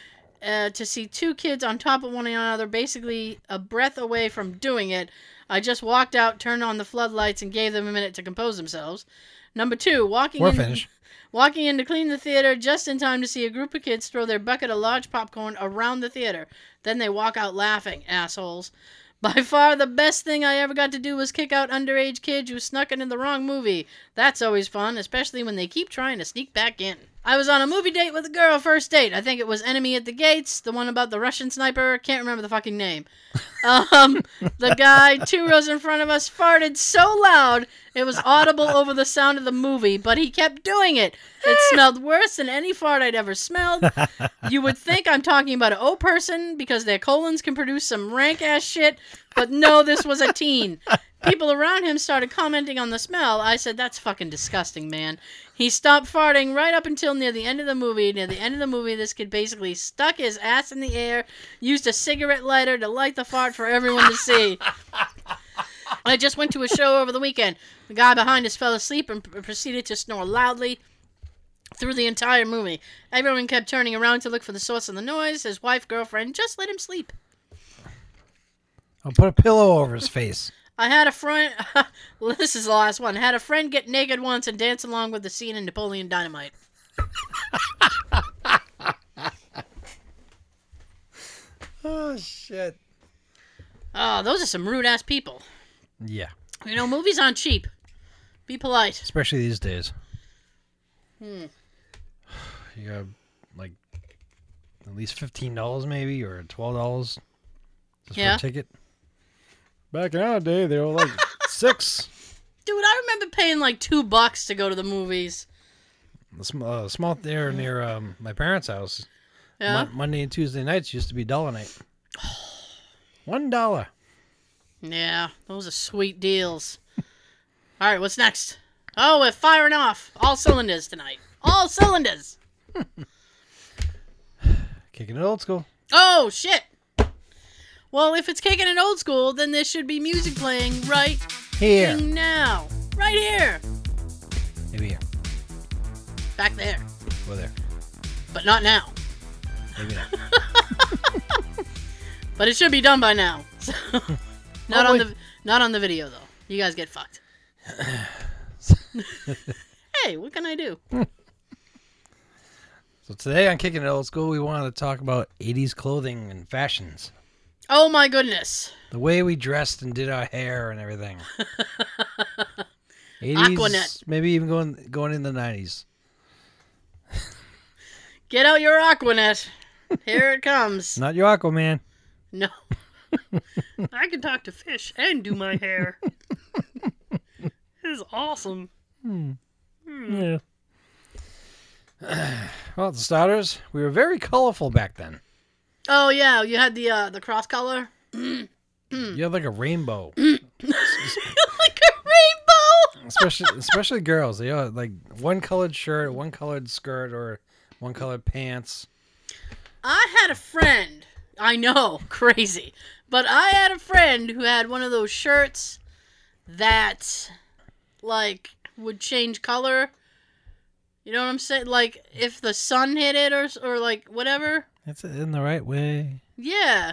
uh, to see two kids on top of one another, basically a breath away from doing it. I just walked out, turned on the floodlights, and gave them a minute to compose themselves. Number two, walking
We're
in-
finished.
Walking in to clean the theater just in time to see a group of kids throw their bucket of large popcorn around the theater. Then they walk out laughing, assholes. By far the best thing I ever got to do was kick out underage kids who snuck into the wrong movie. That's always fun, especially when they keep trying to sneak back in. I was on a movie date with a girl first date. I think it was Enemy at the Gates, the one about the Russian sniper. Can't remember the fucking name. Um, the guy two rows in front of us farted so loud it was audible over the sound of the movie, but he kept doing it. It smelled worse than any fart I'd ever smelled. You would think I'm talking about an old person because their colons can produce some rank ass shit, but no, this was a teen. People around him started commenting on the smell. I said, That's fucking disgusting, man. He stopped farting right up until near the end of the movie. Near the end of the movie, this kid basically stuck his ass in the air, used a cigarette lighter to light the fart for everyone to see. I just went to a show over the weekend. The guy behind us fell asleep and p- proceeded to snore loudly through the entire movie. Everyone kept turning around to look for the source of the noise. His wife, girlfriend, just let him sleep.
I'll put a pillow over his face.
I had a friend. well, this is the last one. Had a friend get naked once and dance along with the scene in Napoleon Dynamite.
Oh shit.
Oh, those are some rude ass people.
Yeah.
You know, movies aren't cheap. Be polite.
Especially these days.
Hmm.
You got like at least fifteen dollars maybe or twelve dollars just
Yeah.
for a ticket. Back in our day they were like six.
Dude, I remember paying like two bucks to go to the movies.
The sm- uh, small theater near um, my parents' house.
Yeah.
Mon- Monday and Tuesday nights used to be dollar night. One dollar.
Yeah, those are sweet deals. All right, what's next? Oh, we're firing off all cylinders tonight. All cylinders.
Kicking it old school.
Oh shit. Well, if it's kicking it old school, then there should be music playing right
Here.
now, right here,
Maybe here.
back there,
Go there.
but not now.
Maybe not.
But it should be done by now. So, not on
Oh, wait.
the not on the video though. You guys get fucked. hey, what can I do?
So today on Kicking It Old School, we wanted to talk about 80s clothing and fashions.
Oh my goodness.
The way we dressed and did our hair and everything. 80s,
Aquanet.
maybe even going going in the 90s.
Get out your Aquanet. Here it comes.
Not your Aquaman.
No. I can talk to fish and do my hair. this is awesome.
Yeah. well, the starters, we were very colorful back then.
Oh yeah, you had the uh the cross color.
You had like a rainbow,
like a rainbow.
especially especially girls. They had like one colored shirt, one colored skirt, or one colored pants.
I had a friend. I know, crazy. But I had a friend who had one of those shirts that like would change color. You know what I'm saying? Like if the sun hit it or s- or like whatever.
That's it in the right way.
Yeah.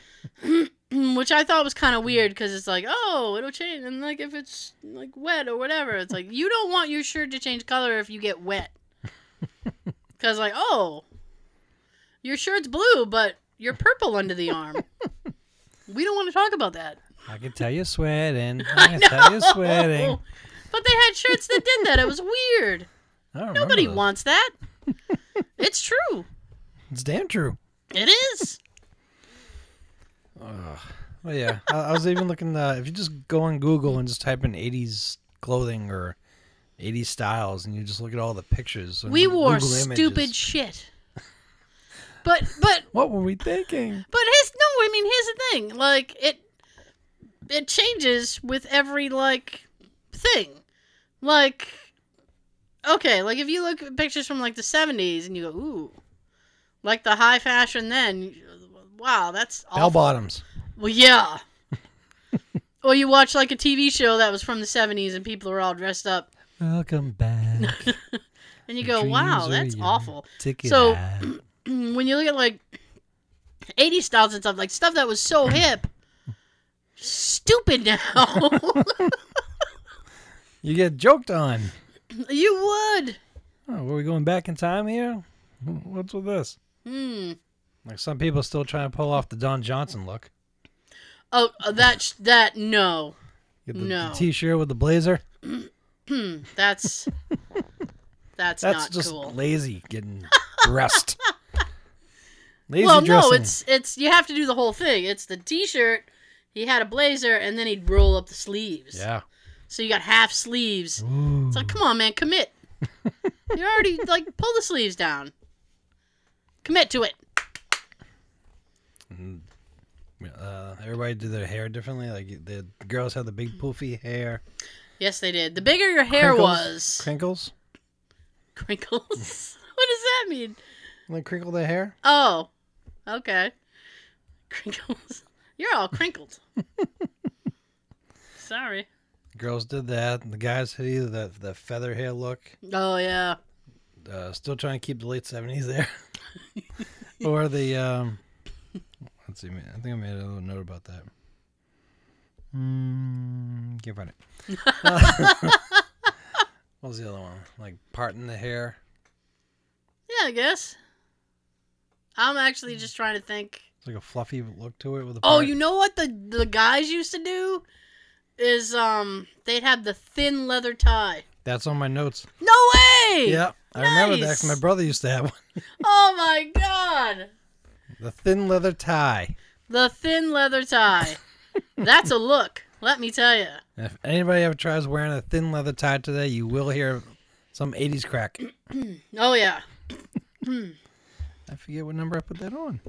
which I thought was kind of weird because it's like, oh, it'll change, and like if it's like wet or whatever, it's like you don't want your shirt to change color if you get wet, because like oh, your shirt's blue, but you're purple under the arm. we don't want to talk about that.
I can tell you're sweating. I can tell you're sweating.
Oh, But they had shirts that did that. It was weird.
I don't remember
Nobody
those.
wants that. it's true.
It's damn true.
It is.
Well, yeah. I, I was even looking. Uh, if you just go on Google and just type in '80s clothing or '80s styles, and you just look at all the pictures, and
We wore
Google
stupid
images,
shit. But but
what were we thinking?
But here's no, I mean here's the thing. Like it it changes with every like thing. Like okay, like if you look at pictures from like the seventies and you go, ooh. Like the high fashion then wow, that's awful.
Bell bottoms.
Well yeah. or you watch like a TV show that was from the seventies and people are all dressed up
Welcome back.
and you go,
Dreams
Wow,
are
that's
young.
awful.
Take it
So-
out.
when you look at like 80 styles and stuff, like stuff that was so hip, stupid now.
you get joked on.
you would.
Oh, were we going back in time here? What's with this?
Hmm.
Like some people still trying to pull off the Don Johnson look.
Oh, that that no.
Get the, the
No.
t-shirt with the blazer.
Hmm. That's
That's
that's, not
just
cool.
lazy getting dressed. lazy
Well,
dressing.
no, it's it's you have to do the whole thing. It's the t-shirt. He had a blazer, and then he'd roll up the sleeves.
yeah.
So you got half sleeves.
Ooh.
It's like, come on, man, commit. You're already like pull the sleeves down. Commit to it.
Uh, everybody did their hair differently. Like the girls had the
Mm.
big poofy hair,
Yes, they did. The bigger your hair
Crinkles?
was,
crinkles.
crinkles. what does that mean?
Like crinkle their hair.
Oh, okay. Crinkles. You're all crinkled. Sorry.
Girls did that. and The guys had either the the feather hair look.
Oh yeah.
Uh, still trying to keep the late seventies there, or the um. Let's see. man, I think I made a little note about that. Mm, can't find it. what was the other one? Like parting the hair.
Yeah, I guess. I'm actually just trying to think.
It's like a fluffy look to it with a.
Oh,
part.
you know what the the guys used to do is um they'd have the thin leather tie.
That's on my notes.
No way.
Yeah, I remember that.
Nice.
'cause my brother used to have one.
Oh my god.
The thin leather tie.
The thin leather tie. That's a look. Let me tell you.
And if anybody ever tries wearing a thin leather tie today, you will hear some '80s crack.
Oh yeah.
I forget what number I put that on.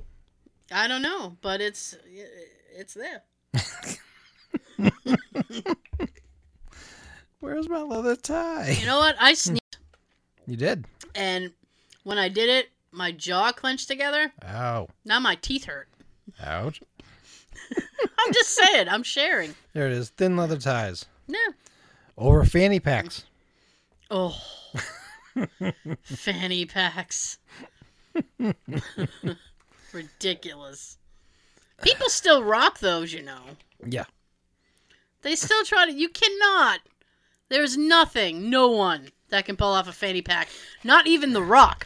I don't know, but it's it's there.
Where's my leather tie?
You know what? I sneezed,
You did.
and when I did it, my jaw clenched together.
Ow.
Now my teeth hurt.
Ouch.
I'm just saying. I'm sharing.
There it is. Thin leather ties.
No.
Over fanny packs.
Oh. Fanny packs. Ridiculous. People still rock those, you know.
Yeah.
They still try to. You cannot. There's nothing, no one that can pull off a fanny pack. Not even The Rock.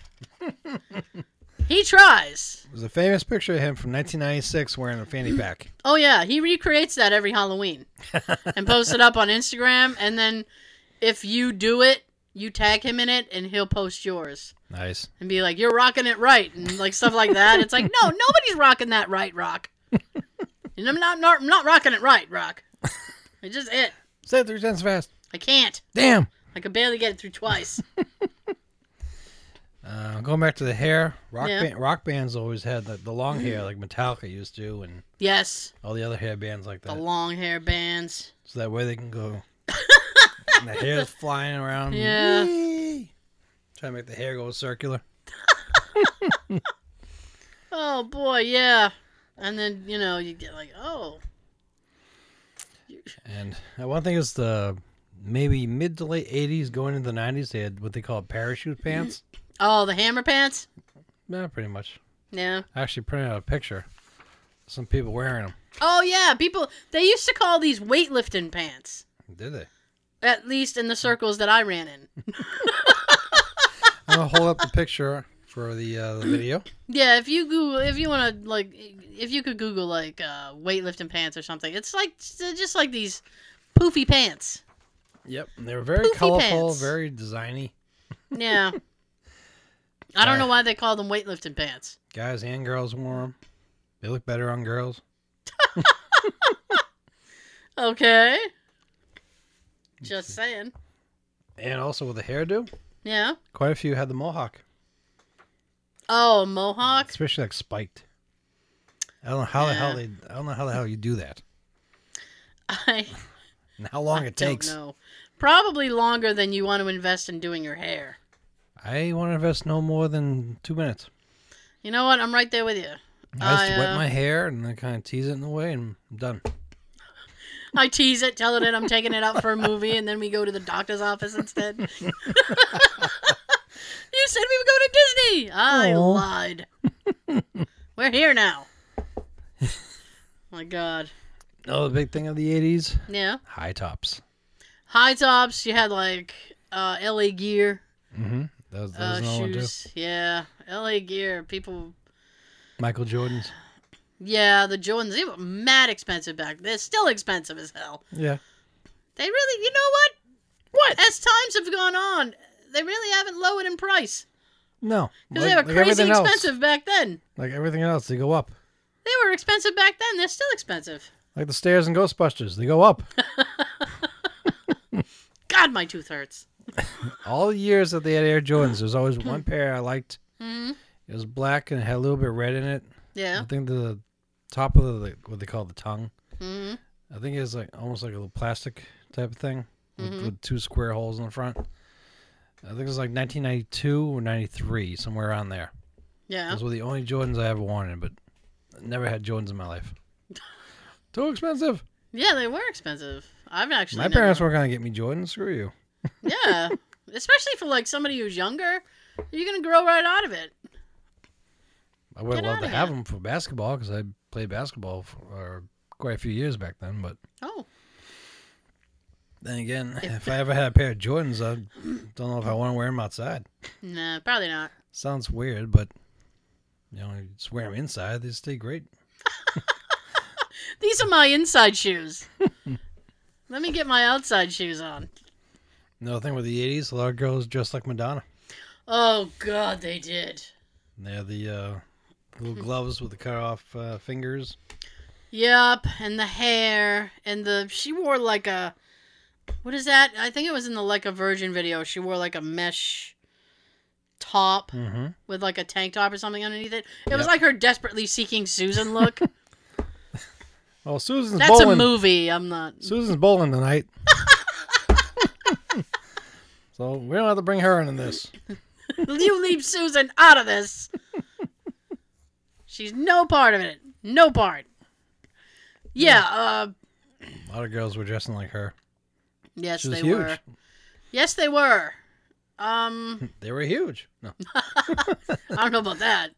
he tries.
There's a famous picture of him from 1996 wearing a fanny pack.
Oh yeah, he recreates that every Halloween and posts it up on Instagram. And then if you do it, you tag him in it, and he'll post yours
Nice.
and be like, "You're rocking it right," and like stuff like that. It's like, no, nobody's rocking that right, Rock. And I'm not, not, I'm not rocking it right, Rock. It's just it.
Say it three times fast.
I can't.
Damn.
I could barely get it through twice.
Uh, going back to the hair, rock
Yeah.
band, rock bands always had the, the long hair like Metallica used to, and
Yes,
all the other hair bands like
the
that.
long hair bands.
so that way they can go. and the hair's flying around.
Yeah.
Whee! Try to make the hair go circular.
Oh boy, yeah. And then you know you get like, oh,
And uh, one thing is the maybe mid to late 80s, going into the 90s, they had what they call parachute pants.
oh, the hammer pants.
Yeah, pretty much.
Yeah.
I actually printed out a picture Some people wearing them.
Oh yeah, people they used to call these weightlifting pants.
Did they?
At least in the circles that I ran in.
I'm gonna hold up the picture for the uh, the video.
Yeah, if you Google, if you want to, like, if you could Google like uh, weightlifting pants or something, it's like they're just like these poofy pants.
Yep, and they were very
Poofy
colorful,
pants.
very designy.
Yeah. I don't know
Alright.
why they call them weightlifting pants.
Guys and girls wore them. They look better on girls.
Okay. Just saying.
And also with a hairdo,
Yeah.
quite a few had the mohawk,
Oh, mohawk.
especially like spiked. I don't know how the hell
Yeah.
they. I don't know how the hell you do that,
I
and how long it takes.
don't know. Probably longer than you want to invest in doing your hair.
I want to invest no more than two minutes.
You know what? I'm right there with you.
I just
I,
wet
uh,
my hair and then kind of tease it in the way, and I'm done.
I tease it, tell it that I'm taking it out for a movie, and then we go to the doctor's office instead. you said we would go to Disney. I
Aw.
lied. We're here now. my God.
Another big thing of the '80s:
Yeah.
high tops.
High tops. You had like uh, LA gear
Mm-hmm. That was, that
uh,
was another one too.
shoes. Yeah. LA gear. People.
Michael Jordan's.
Yeah, the Jordans. They were mad expensive back. They're still expensive as hell.
Yeah.
They really, you know what? What? As times have gone on, they really haven't lowered in price.
No.
Because they were crazy
everything else.
expensive back then.
Like everything else, they go up.
They were expensive back then. They're still expensive.
Like the stairs in Ghostbusters, they go up.
God, my tooth hurts.
All the years that they had Air Jordans, there's always one pair I liked.
hmm
It was black and it had a little bit of red in it. I
Yeah.
think the top of the like, what they call the tongue.
hmm
I think it was like almost like a little plastic type of thing with,
Mhm.
with two square holes in the front. I think it was like 1992 or 93, somewhere around there.
Yeah.
Those were the only Jordans I ever wanted, but I never had Jordans in my life. Too expensive.
Yeah, they were expensive. I've actually.
My
never-
parents weren't gonna get me Jordans. Screw you.
Yeah. Especially for like somebody who's younger, you're gonna grow right out of it.
I would
Get
love to
outta
have
here.
them for basketball because I played basketball for quite a few years back then. But
Oh.
then again, if I ever had a pair of Jordans, I don't know if I want to wear them outside.
Nah, probably not.
Sounds weird, but you know, you just wear them inside; they stay great.
These are my inside shoes. Let me get my outside shoes on.
Another thing with the '80s, a lot of girls dressed like Madonna.
Oh God, they did.
They had the uh,
Hmm.
little gloves with the cut off uh, fingers.
Yep, and the hair and the she wore like a what is that? I think it was in the like a virgin video. She wore like a mesh top
Mm-hmm.
with like a tank top or something underneath it. It was
Yep.
like her desperately seeking Susan look.
Oh, Susan's
That's a
bowling.
movie. I'm not.
Susan's bowling tonight. so we don't have to bring her into this.
you leave Susan out of this. She's no part of it. No part. Yeah, uh
A lot of girls were dressing like her.
yes
She was
they
huge.
were. Yes they were. Um
They were huge. No.
I don't know about that.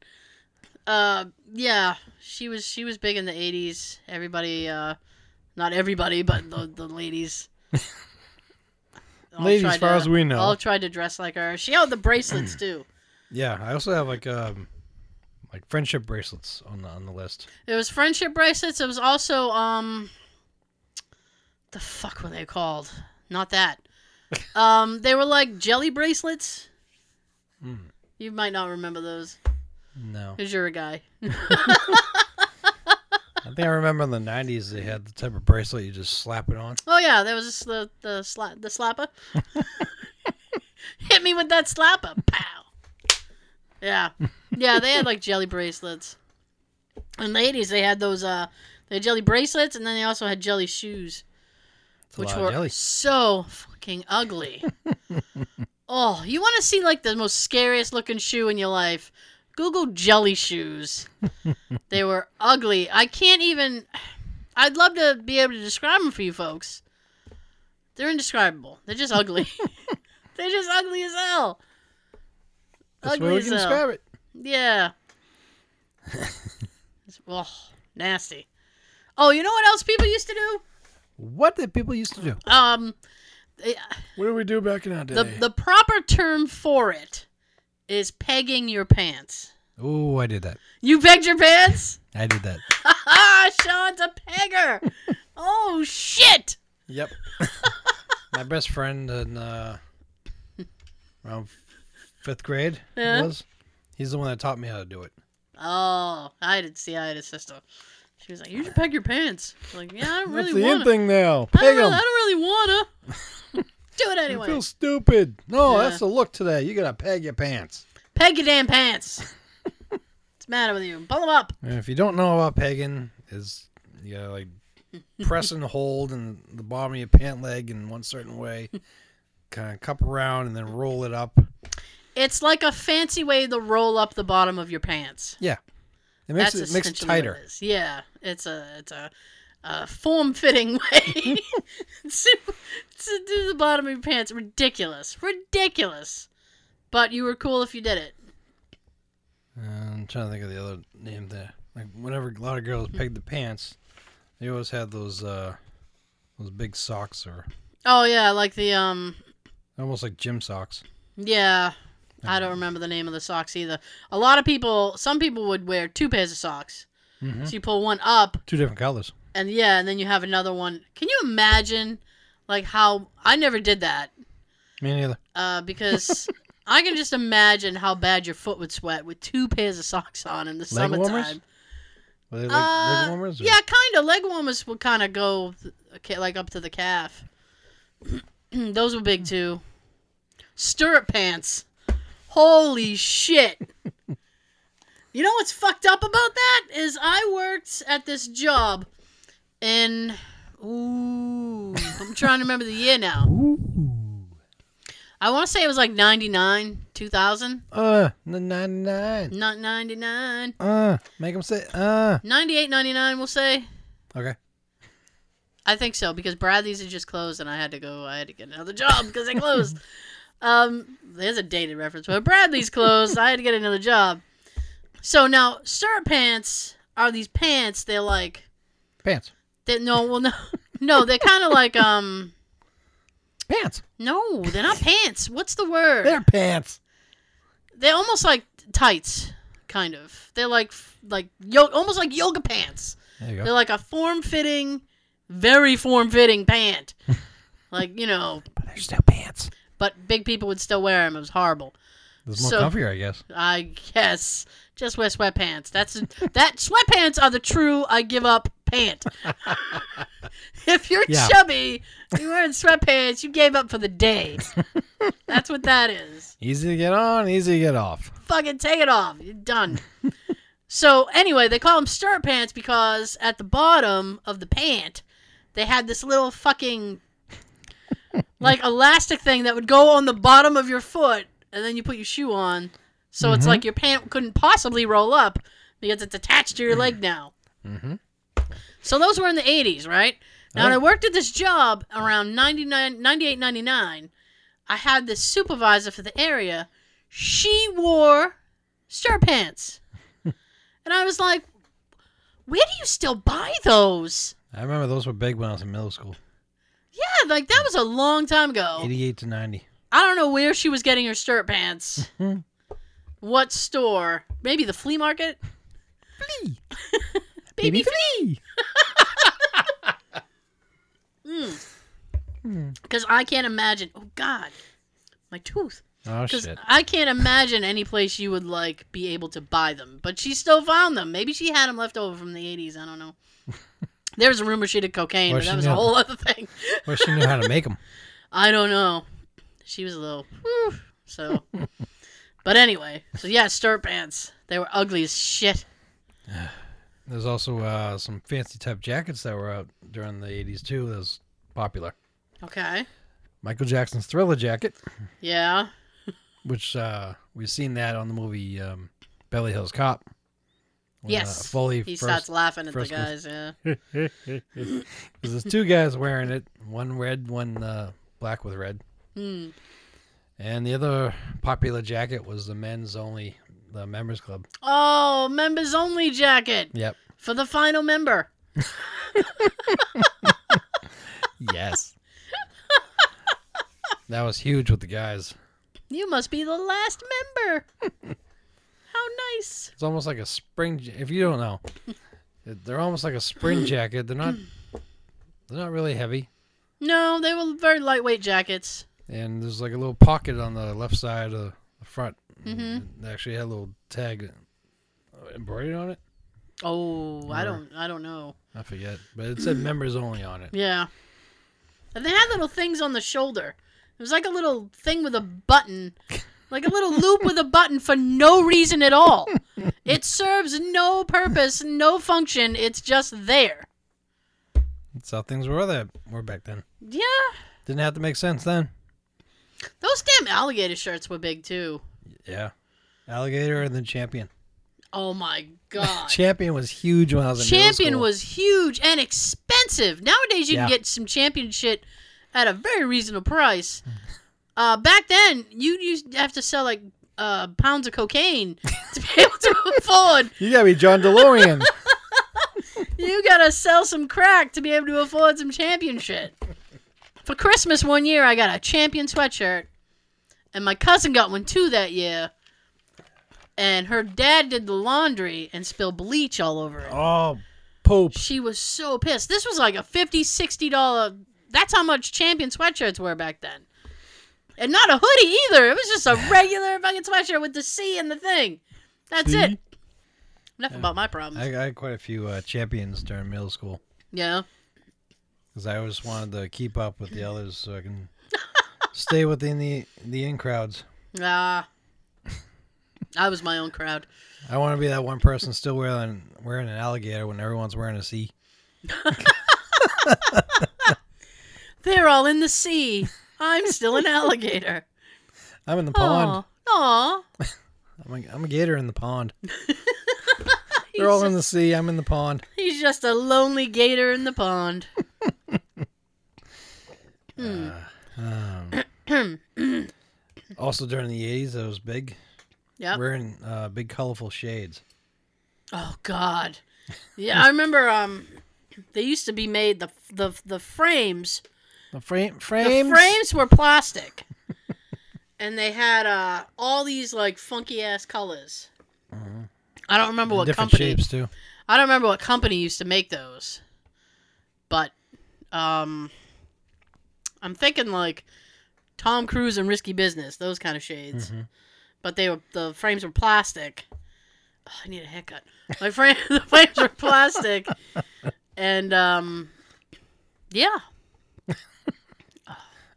Uh, yeah, she was she was big in the '80s. Everybody, uh, not everybody, but the the ladies. All
Ladies,
tried
far
to-
as we know.
all tried to dress like her. She held the bracelets too.
Yeah, I also have like um like friendship bracelets on the on the list.
It was friendship bracelets. It was also um, the fuck were they called? Not that. Um, they were like jelly bracelets.
Mm.
You might not remember those
No.
because you're a guy.
I think I remember in the nineties they had the type of bracelet you just slap it on.
Oh yeah, there was a sl- the sla- the slapper. Hit me with that slapper, pow. Yeah, yeah, they had like jelly bracelets. In the eighties, they had those uh, they had jelly bracelets, and then they also had jelly shoes,
It's a
which
lot
were
of jelly.
so fucking ugly. oh, you want to see like the most scariest looking shoe in your life? Google jelly shoes. they were ugly. I can't even. I'd love to be able to describe them for you folks. They're indescribable. They're just ugly. They're just ugly as hell.
That's the way
ugly
we
as
can
hell.
describe it.
Yeah. It's- Ugh. Nasty. Oh, you know what else people used to do?
What did people used to do?
Um,
What did we do back in our day?
the the proper term for it is pegging your pants.
oh, I did that.
You pegged your pants?
I did that.
Ah, Sean's a pegger. oh shit!
Yep. My best friend in uh, around fifth grade it
Yeah.
was. He's the one that taught me how to do it.
Oh, I didn't see. I had a sister. She was like, "You should peg your pants." I'm like, yeah, I don't really
That's the
want
end
to.
thing now.
I don't
Peg
really, I
'em.
don't really want to. Do it
You
anyway.
feel stupid. No,
Yeah.
that's the look today. You gotta peg your pants.
Peg your damn pants. What's the matter with you? Pull them up.
And if you don't know about pegging, is you gotta like press and hold in the bottom of your pant leg in one certain way, kind of cup around and then roll it up.
It's like a fancy way to roll up the bottom of your pants.
Yeah, it makes
That's
it makes it
essentially what
tighter.
it is. Yeah, it's a it's a, a form fitting way to, to do the bottom of your pants. Ridiculous, ridiculous. But you were cool if you did it.
Uh, I'm trying to think of the other name there. Like whenever a lot of girls peg the pants, they always had those uh those big socks or
Oh yeah, like the um
almost like gym socks.
yeah. I don't remember the name of the socks either. A lot of people, some people would wear two pairs of socks.
Mhm.
So you pull one up,
Two different colors.
and yeah, and then you have another one. Can you imagine, like how I never did that
Me neither.
uh, because I can just imagine how bad your foot would sweat with two pairs of socks on in the
Leg warmers?
summertime.
Were they like
Uh,
leg warmers? or-
yeah, kind of. Leg warmers would kind of go okay, like up to the calf. Those were big too. Stirrup pants. Holy shit. you know what's fucked up about that is I worked at this job in ooh, I'm trying to remember the year now.
Ooh.
I want to say it was like 99, 2000,
Uh, n- nine nine.
not 99.
Uh, make them say uh.
98, 99, we'll say.
Okay.
I think so because Bradley's had just closed, and I had to go. I had to get another job because they closed. um, there's a dated reference, but Bradley's closed. I had to get another job. So now stirrup pants are these pants? They're like
Pants.
they no, well no, no. They're kind of like um.
Pants.
No, they're not pants. What's the word?
They're pants.
They're almost like tights, kind of. They're like like yo- almost like yoga pants.
There you
They're like a form fitting, very form fitting pant. like, you know,
But they're still pants.
but big people would still wear them. It was horrible.
It's more
So-
comfier, I guess.
I guess just wear sweatpants. That's that sweatpants are the true I give up pant. if you're
Yeah.
chubby, you're wearing sweatpants, you gave up for the day. That's what that is.
Easy to get on, easy to get off.
fucking take it off. You're done. so anyway, they call them stirrup pants because at the bottom of the pant, they had this little fucking like elastic thing that would go on the bottom of your foot, and then you put your shoe on. So
Mm-hmm.
it's like your pant couldn't possibly roll up because it's attached to your leg now.
Mm-hmm.
So those were in the 80s, right? Now, when
Yeah.
I worked at this job around 99, 98, 99, I had this supervisor for the area. She wore stir pants. and I was like, where do you still buy those?
I remember those were big when I was in middle school,
Yeah, like that was a long time ago.
eighty-eight to ninety.
I don't know where she was getting her stirrup pants.
Mhm.
what store? Maybe the flea market?
Flea.
Baby
flea.
Because I can't imagine. Oh, God. My tooth.
Oh
Because
shit!
I can't imagine any place you would like be able to buy them, but she still found them. Maybe she had them left over from the '80s. I don't know. There was a rumor she did cocaine,
Or
but
she
that was a
knew.
whole other thing.
Wish she knew how to make them.
I don't know. She was a little, whew, so. but anyway, so yeah, stirrup pants. They were ugly as shit.
There's also uh, some fancy type jackets that were out during the '80s too. That was popular.
Okay.
Michael Jackson's Thriller jacket,
Yeah.
which uh, we've seen that on the movie um, Belly Hills Cop. When, uh,
yes.
Foley
he
first
starts laughing at the
first was-
guys. Yeah.
Because there's two guys wearing it, one red, one uh, black with red.
Hmm.
And the other popular jacket was the men's only, the members club.
Oh, members only jacket.
Yep.
for the final member.
Yes. that was huge with the guys.
You must be the last member. How nice.
It's almost like a spring. ja- If you don't know, they're almost like a spring jacket. They're not. They're not really heavy,
No, they were very lightweight jackets.
and there's like a little pocket on the left side of the front.
Mm-hmm.
And They actually had a little tag embroidered on it.
Oh, I don't I don't know.
I forget, but it said members only on it.
Yeah. And they had little things on the shoulder. It was like a little thing with a button. Like a little loop with a button for no reason at all. It serves no purpose, no function. It's just there.
That's how things were that were back then.
Yeah.
Didn't have to make sense then.
Those damn alligator shirts were big too.
Yeah, alligator and then champion.
Oh my god.
Champion was huge when I was in middle
Champion
school.
was huge and expensive. Nowadays, you can
Yeah.
get some champion shit at a very reasonable price. Uh, back then, you used to have to sell like uh, pounds of cocaine to be able to afford.
You gotta be John DeLorean.
You gotta sell some crack to be able to afford some champion shit. For Christmas one year, I got a champion sweatshirt, and my cousin got one too that year. And her dad did the laundry and spilled bleach all over it.
oh, poop.
She was so pissed. This was like a 50 60 dollar. That's how much champion sweatshirts were back then. And not a hoodie either. It was just a regular fucking sweatshirt with the C in the thing. That's
See?
it. Enough about my problems.
I, I had quite a few uh, champions during middle school
yeah.
because I always wanted to keep up with the others so I can stay within the the in crowds.
Ah. I was my own crowd.
I want to be that one person still wearing wearing an alligator when everyone's wearing a sea.
They're all in the sea. I'm still an alligator.
I'm in the pond.
Aw. Aw.
I'm a, I'm a gator in the pond. They're all in the sea. I'm in the pond.
He's just a lonely gator in the pond.
Also during the 80s, that was big.
Yep.
Wearing uh, big colorful shades.
Oh God, yeah, I remember. Um, they used to be made the the the frames.
The frame
The
frames.
frames, were plastic, and they had uh all these like funky ass colors. I don't remember what
Uh-huh. different
company.
shapes too.
I don't remember what company used to make those, but um, I'm thinking like Tom Cruise and Risky Business, those kind of shades.
Mm-hmm.
But they were the frames were plastic. Ugh, I need a haircut. My frame, the frames were plastic, and um, yeah,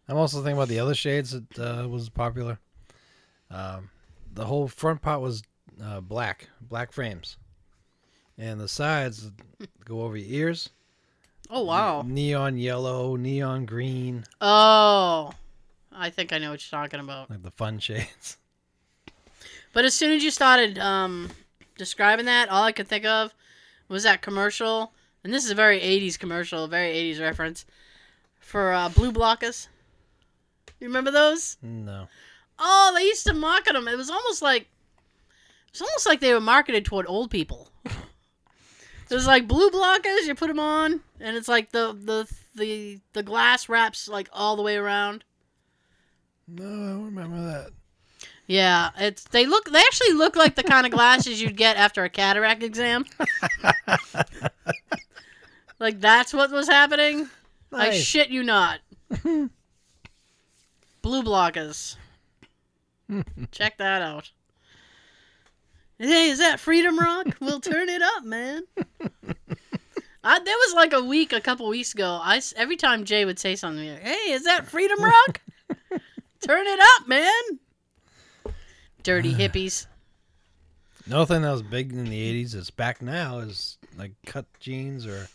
I'm also thinking about the other shades that uh, was popular. Um, the whole front part was uh, black, black frames, and the sides go over your ears.
oh wow,
Neon yellow, neon green,
oh, I think I know what you're talking about.
like the fun shades.
But as soon as you started um, describing that, all I could think of was that commercial, and this is a very '80s commercial, a very '80s reference for uh, blue blockers. You remember those?
No,
Oh, they used to market them. It was almost like it was almost like they were marketed toward old people. it was like blue blockers. You put them on, and it's like the the the the glass wraps like all the way around.
no, I don't remember that.
Yeah, it's they look they actually look like the kind of glasses you'd get after a cataract exam. like that's what was happening. I
Nice.
shit you not. Blue blockers. Check that out. Hey, is that Freedom Rock? we'll turn it up, man. I, there was like a week, a couple weeks ago. I s- every time Jay would say something, like, "Hey, is that Freedom Rock? turn it up, man." Dirty hippies.
Another thing that was big in the '80s that's back now is like cut jeans or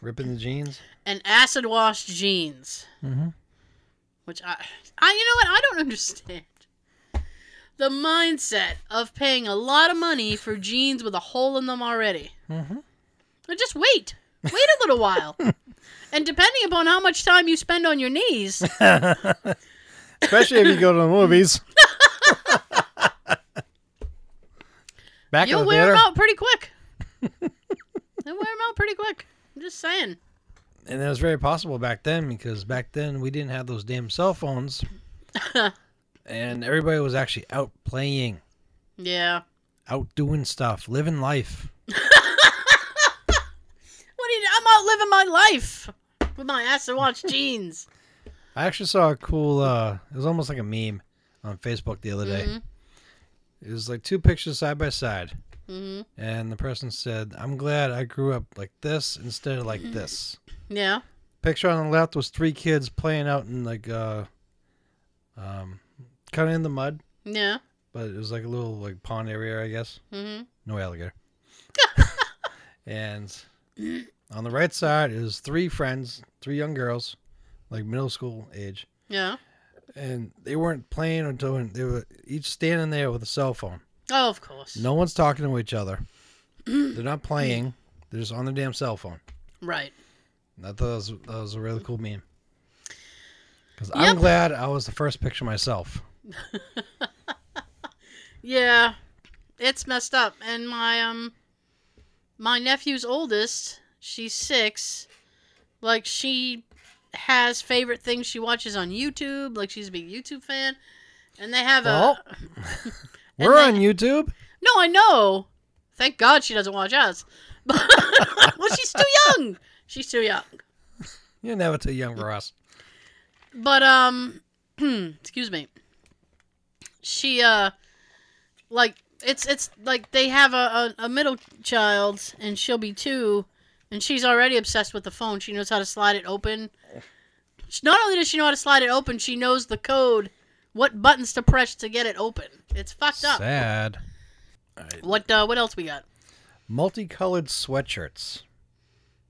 ripping the jeans.
and acid wash jeans.
Mhm.
Which I, I, you know what? I don't understand the mindset of paying a lot of money for jeans with a hole in them already.
Mhm.
But just wait, wait a little while, and depending upon how much time you spend on your knees,
Especially if you go to the movies. Back in
you'll
the
wear them
theater.
out pretty quick. They wear them out pretty quick. I'm just saying.
And that was very possible back then because back then we didn't have those damn cell phones. and everybody was actually out playing,
Yeah.
out doing stuff, living life.
What do you? I'm out living my life with my ass to watch jeans.
I actually saw a cool uh it was almost like a meme on Facebook the other day.
Mhm.
It was like two pictures side by side.
hmm
And the person said, I'm glad I grew up like this instead of like this.
Yeah.
Picture on the left was three kids playing out in like uh um kinda in the mud,
Yeah.
but it was like a little like pond area, I guess.
hmm
No alligator. and on the right side is three friends, three young girls, like middle school age.
Yeah.
and they weren't playing or doing. They were each standing there with a cell phone.
Oh, of course.
No one's talking to each other. They're not playing. They're just on their damn cell phone.
Right.
And I thought that was, that was a really cool meme. Because
Yep.
I'm glad I was the first picture myself.
Yeah. It's messed up. And my um my nephew's oldest, she's 6. Like she has favorite things she watches on YouTube, like she's a big YouTube fan. And they have
Well,
a And
we're
then-
on YouTube.
No, I know. Thank God she doesn't watch us. well, she's too young. She's too young.
You're never too young for us.
But um excuse me. She uh like it's it's like they have a, a, a middle child and she'll be two and she's already obsessed with the phone. She knows how to slide it open. She- Not only does she know how to slide it open, she knows the code, what buttons to press to get it open. It's fucked up.
Sad.
What uh, what else we got?
Multicolored sweatshirts.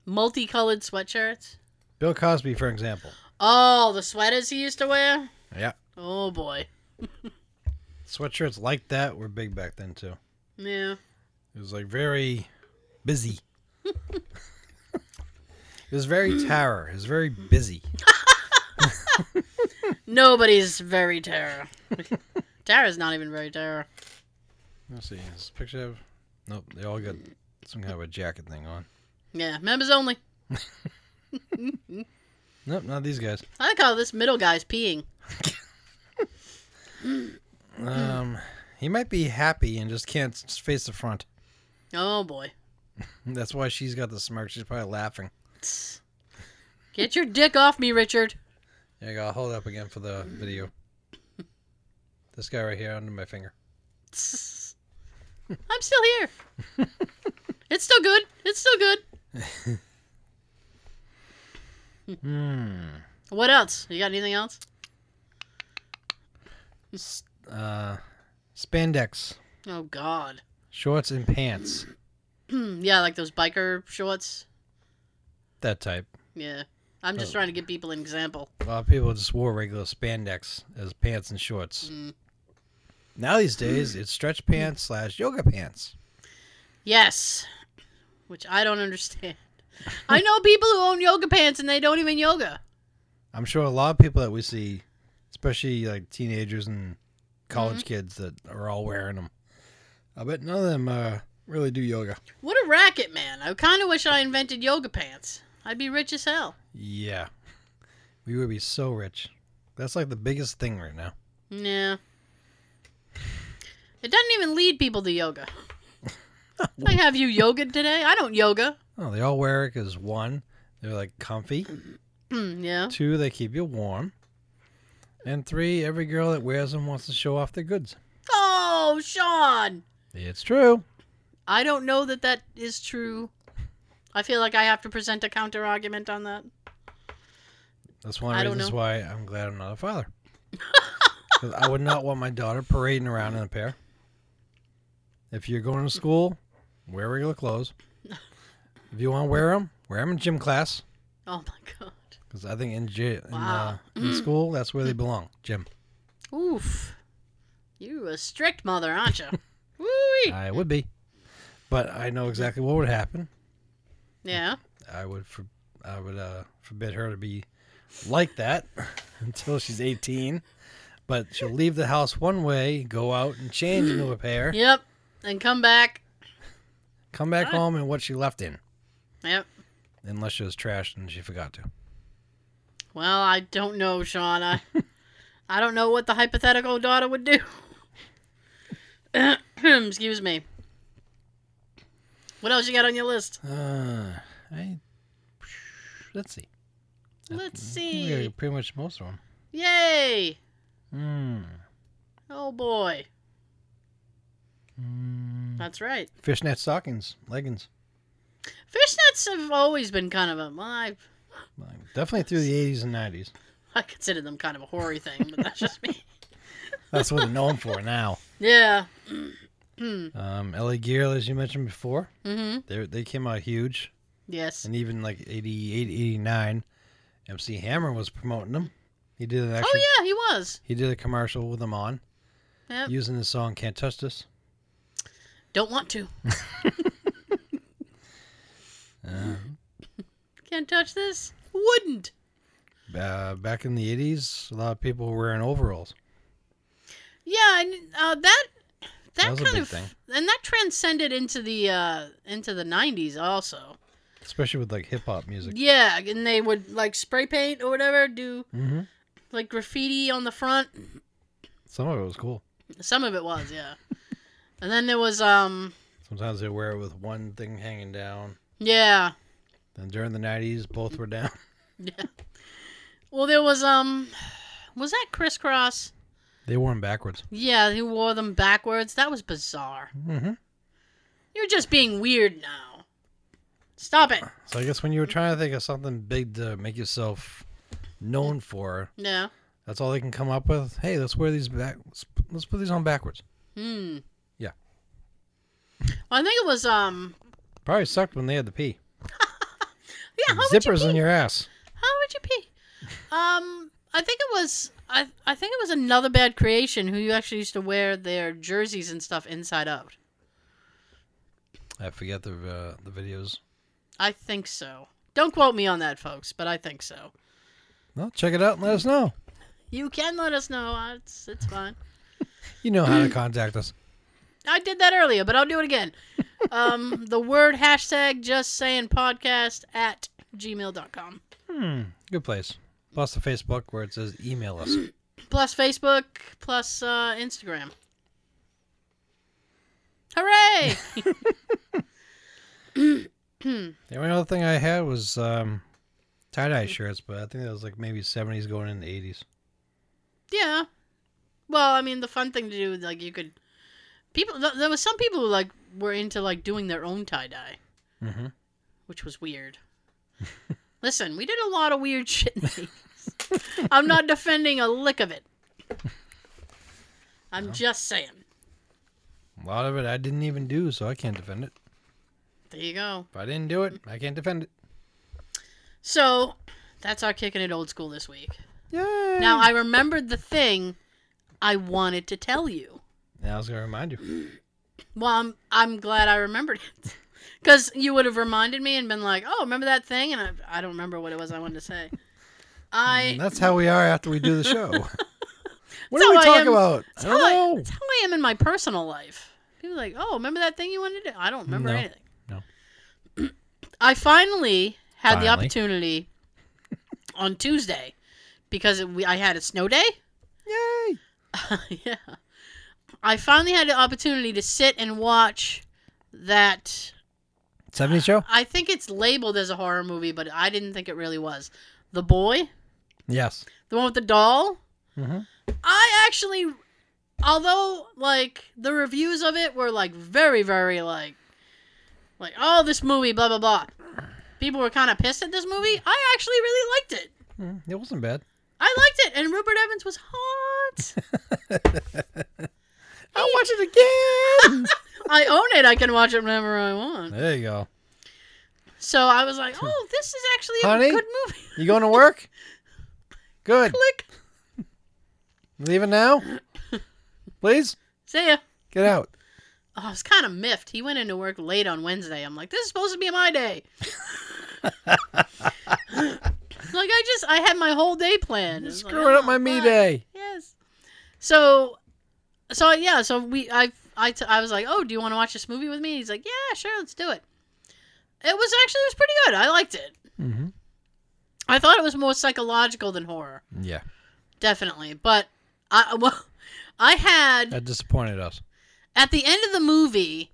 Multicolored sweatshirts.
Bill Cosby, for example.
Oh, the sweaters he used to wear.
Yeah.
Oh boy.
Sweatshirts like that were big back then, too.
Yeah.
It was like very busy. it was very terror. It was very busy.
Nobody's very Tara. Tara's not even very Tara.
Let's see. This picture of. Nope. They all got some kind of a jacket thing on.
Yeah, members only.
Nope. Not these guys.
I like how this middle guy's peeing.
Um, he might be happy and just can't s- face the front.
Oh boy.
That's why she's got the smirk. She's probably laughing.
Get your dick off me, Richard.
There you go. I'll hold it up again for the video. This guy right here under my finger.
I'm still here. It's still good. It's still good.
Hmm.
What else? You got anything else?
S- Uh, spandex
Oh God.
shorts and pants.
yeah, like those biker shorts.
That type.
Yeah. I'm just
Oh.
trying to give people an example.
A lot of people just wore regular spandex as pants and shorts.
Mm.
Now these days, it's stretch pants slash yoga pants.
Yes. Which I don't understand. I know people who own yoga pants and they don't even yoga.
I'm sure a lot of people that we see, especially like teenagers and college kids that are all wearing them. I bet none of them uh, really do yoga.
What a racket, man. I kind of wish I invented yoga pants. I'd be rich as hell.
Yeah, we would be so rich. That's like the biggest thing right now.
Yeah. It doesn't even lead people to yoga. I have you yoga today? I don't yoga.
Oh, they all wear it because one, they're like comfy.
Hmm, yeah.
Two, they keep you warm. And three, every girl that wears them wants to show off their goods.
Oh, Sean.
It's true.
I don't know that that is true. I feel like I have to present a counter argument on that.
That's one
I
of the
don't
reasons
know.
why I'm glad I'm not a father. 'Cause I would not want my daughter parading around in a pair. If you're going to school, wear regular clothes. If you want to wear them, wear them in gym class.
Oh, my God.
Because I think in, gy- in,
Wow. Mm.
uh, in school, that's where they belong. Gym.
Oof. You a strict mother, aren't you? woo
I would be. But I know exactly what would happen.
Yeah.
I would for- I would uh, forbid her to be like that until she's 18. But she'll leave the house one way, go out and change into a pair.
Yep. And come back.
Come back
Huh?
home and what she left in.
Yep.
unless she was trashed and she forgot to.
Well, I don't know, Sean. I, I don't know what the hypothetical daughter would do. Excuse me. What else you got on your list?
Uh, I let's see.
Let's
I think we
see.
got pretty much most of them.
Yay!
Mm.
Oh boy.
Mm.
That's right.
Fishnet stockings, leggings.
Fishnets have always been kind of a well, I,
Like, Definitely through the eighties and nineties.
I consider them kind of a hoary thing, but that's just me.
That's what they're known for now.
Yeah.
Um, Ellie Gear, as you mentioned before,
Mm-hmm.
they they came out huge,
Yes.
and even like 88, 89, MC Hammer was promoting them. He did an actual,
oh yeah, he was.
he did a commercial with them on
Yep.
using the song "Can't Touch This."
Don't want to. Can't touch this. Wouldn't.
Uh, back in the eighties, a lot of people were wearing overalls.
Yeah, and uh, that that,
That was a
kind
big
of
thing.
and that transcended into the uh into the nineties also.
especially with like hip hop music.
Yeah, and they would like spray paint or whatever, do
Mm-hmm.
like graffiti on the front.
Some of it was cool.
Some of it was, yeah. and then there was um
Sometimes they wear it with one thing hanging down.
yeah.
Then during the nineties, both were down.
Well there was um was that crisscross?
They wore them backwards.
Yeah, he wore them backwards. That was bizarre.
Mm-hmm.
You're just being weird now. Stop it.
So I guess when you were trying to think of something big to make yourself known for,
Yeah.
that's all they can come up with. Hey, let's wear these back. Let's, p- let's put these on backwards.
Hmm.
Yeah.
Well, I think it was um
Probably sucked when they had the pee.
yeah, how would you
Zippers
pee?
in your ass.
How would you pee? Um, I think it was I I think it was another bad creation who actually used to wear their jerseys and stuff inside out.
I forget the uh, the videos.
I think so. Don't quote me on that, folks, but I think so.
Well, check it out and let us know.
You can let us know. Uh, It's it's fine.
You know how to contact us.
I did that earlier, but I'll do it again. Um, the word hashtag just saying podcast at gmail.com.
Hmm, good place. Plus the Facebook where it says email us.
Plus Facebook, plus uh, Instagram. Hooray!
The only other thing I had was um, tie dye shirts, but I think that was like maybe seventies going into eighties.
Yeah. Well, I mean, the fun thing to do, is, like, you could. People, th- there was some people who like were into like doing their own tie dye, Mm-hmm.
Mhm.
which was weird. Listen, we did a lot of weird shit. in the 80s. I'm not defending a lick of it. I'm just saying.
A lot of it I didn't even do, so I can't defend it.
There you go.
If I didn't do it, I can't defend it.
So, that's our kicking it old school this week.
Yeah.
Now I remembered the thing I wanted to tell you.
Now I was gonna remind you.
Well, I'm I'm glad I remembered it. Because you would have reminded me and been like, "Oh, remember that thing?" And I, I don't remember what it was I wanted to say. I
And that's how we are after we do the show. what do
how
we
I
talk
am.
about? I
that's how oh, I,
don't know.
that's how I am in my personal life. People are like, "Oh, remember that thing you wanted to?" do?" I don't remember
No.
anything.
No.
I finally had the
Finally.
opportunity on Tuesday because it, we, I had a snow day.
Yay!
yeah. I finally had the opportunity to sit and watch that
Seventies show?
I think it's labeled as a horror movie, but I didn't think it really was. The Boy,
Yes.
the one with the doll.
Mm-hmm.
I actually, although like the reviews of it were like very, very like, like oh this movie blah blah blah. People were kind of pissed at this movie. I actually really liked it.
Mm-hmm. It wasn't bad.
I liked it, and Rupert Evans was hot.
I'll watch it again.
I own it. I can watch it whenever I want.
there you go.
So I was like, oh, this is actually a
Honey?
good movie.
You going to work? Good.
Click.
Leaving now? Please?
See ya.
Get out.
Oh, I was kind of miffed. He went into work late on Wednesday. I'm like, this is supposed to be my day. like I just, I had my whole day planned. It's like,
Screwing up
oh,
my me
fuck.
day.
Yes. So, so yeah. So we, I, I, t- I was like, oh, do you want to watch this movie with me? He's like, yeah, sure, let's do it. It was actually it was pretty good. I liked it.
Mm-hmm.
I thought it was more psychological than horror,
Yeah,
definitely. But I well, I had
that disappointed us.
at the end of the movie,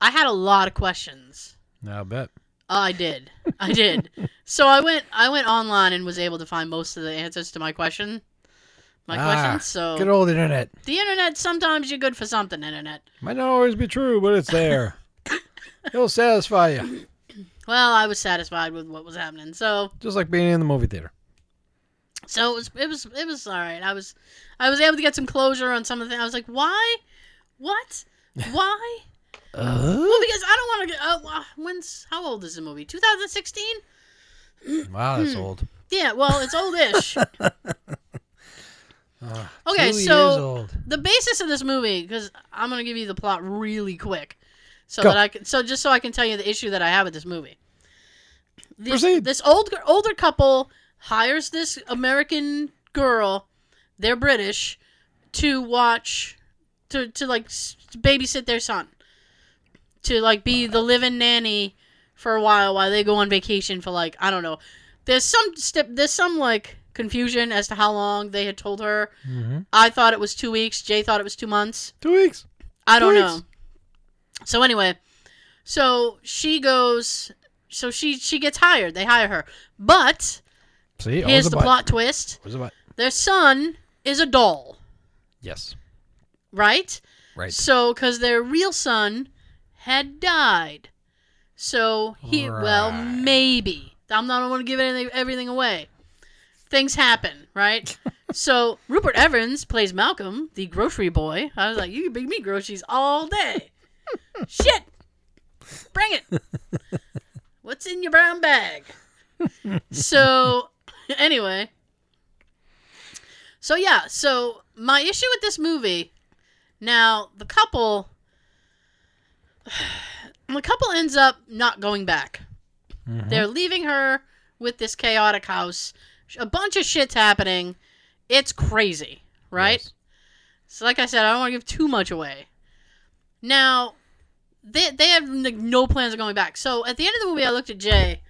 I had a lot of questions. Uh,
I bet.
I did. I did. so I went I went online and was able to find most of the answers to my question. My
Ah,
questions. So
Good old internet.
the internet sometimes you're good for something, internet.
Might not always be true, but it's there. It'll satisfy you,
Well, I was satisfied with what was happening. So
just like being in the movie theater.
so it was it was it was all right. I was I was able to get some closure on some of the things. I was like, "Why? What? Why?" well, because I don't want to get uh, wha- when's how old is the movie? 2016?
Wow,
Hmm.
that's old.
Yeah, well, it's oldish.
Ah,
okay,
two
so
years old.
the basis of this movie because i'm gonna give you the plot really quick so
Go.
that i can so just so i can tell you the issue that i have with this movie this,
Proceed.
this old older couple hires this american girl they're british to watch to to like s- babysit their son to like be the live-in nanny for a while while they go on vacation for like i don't know there's some step there's some like confusion as to how long they had told her
Mhm.
I thought it was two weeks. Jay thought it was two months.
Two weeks.
I don't
Two
know. So anyway, so she goes. So she she gets hired. They hire her, but
See,
here's
always
the
a bite.
plot twist:
Always a bite.
their son is a doll,
Yes,
right?
right.
So because their real son had died, so he well
Right.
maybe I'm not going to give anything everything away. Things happen, right? so Rupert Evans plays Malcolm, the grocery boy. I was like, you can bring me groceries all day. Shit, bring it. What's in your brown bag? so anyway. So yeah, so my issue with this movie now, the couple the couple ends up not going back.
Mhm.
They're leaving her with this chaotic house. A bunch of shit's happening. It's crazy, right?
Yes.
So like I said, I don't want to give too much away. Now, they they have like, no plans of going back. So at the end of the movie, I looked at Jay,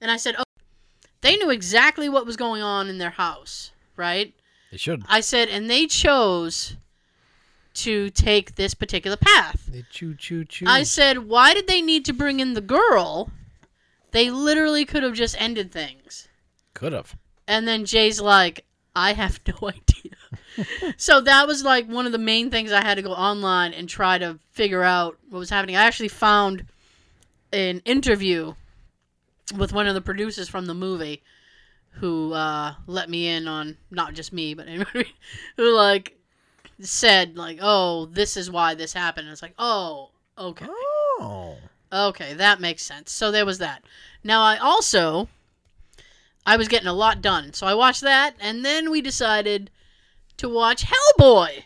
and I said, "Oh, they knew exactly what was going on in their house, right?"
They should.
I said, and they chose to take this particular path.
They choo choo choo.
I said, why did they need to bring in the girl? They literally could have just ended things.
Could have.
And then Jay's like, I have no idea. so that was like one of the main things I had to go online and try to figure out what was happening. I actually found an interview with one of the producers from the movie who uh, let me in on not just me, but anybody who like said like, "Oh, this is why this happened." And it's like, "Oh, okay."
Oh.
Okay, that makes sense. So there was that. Now I also I was getting a lot done. So I watched that and then we decided to watch Hellboy.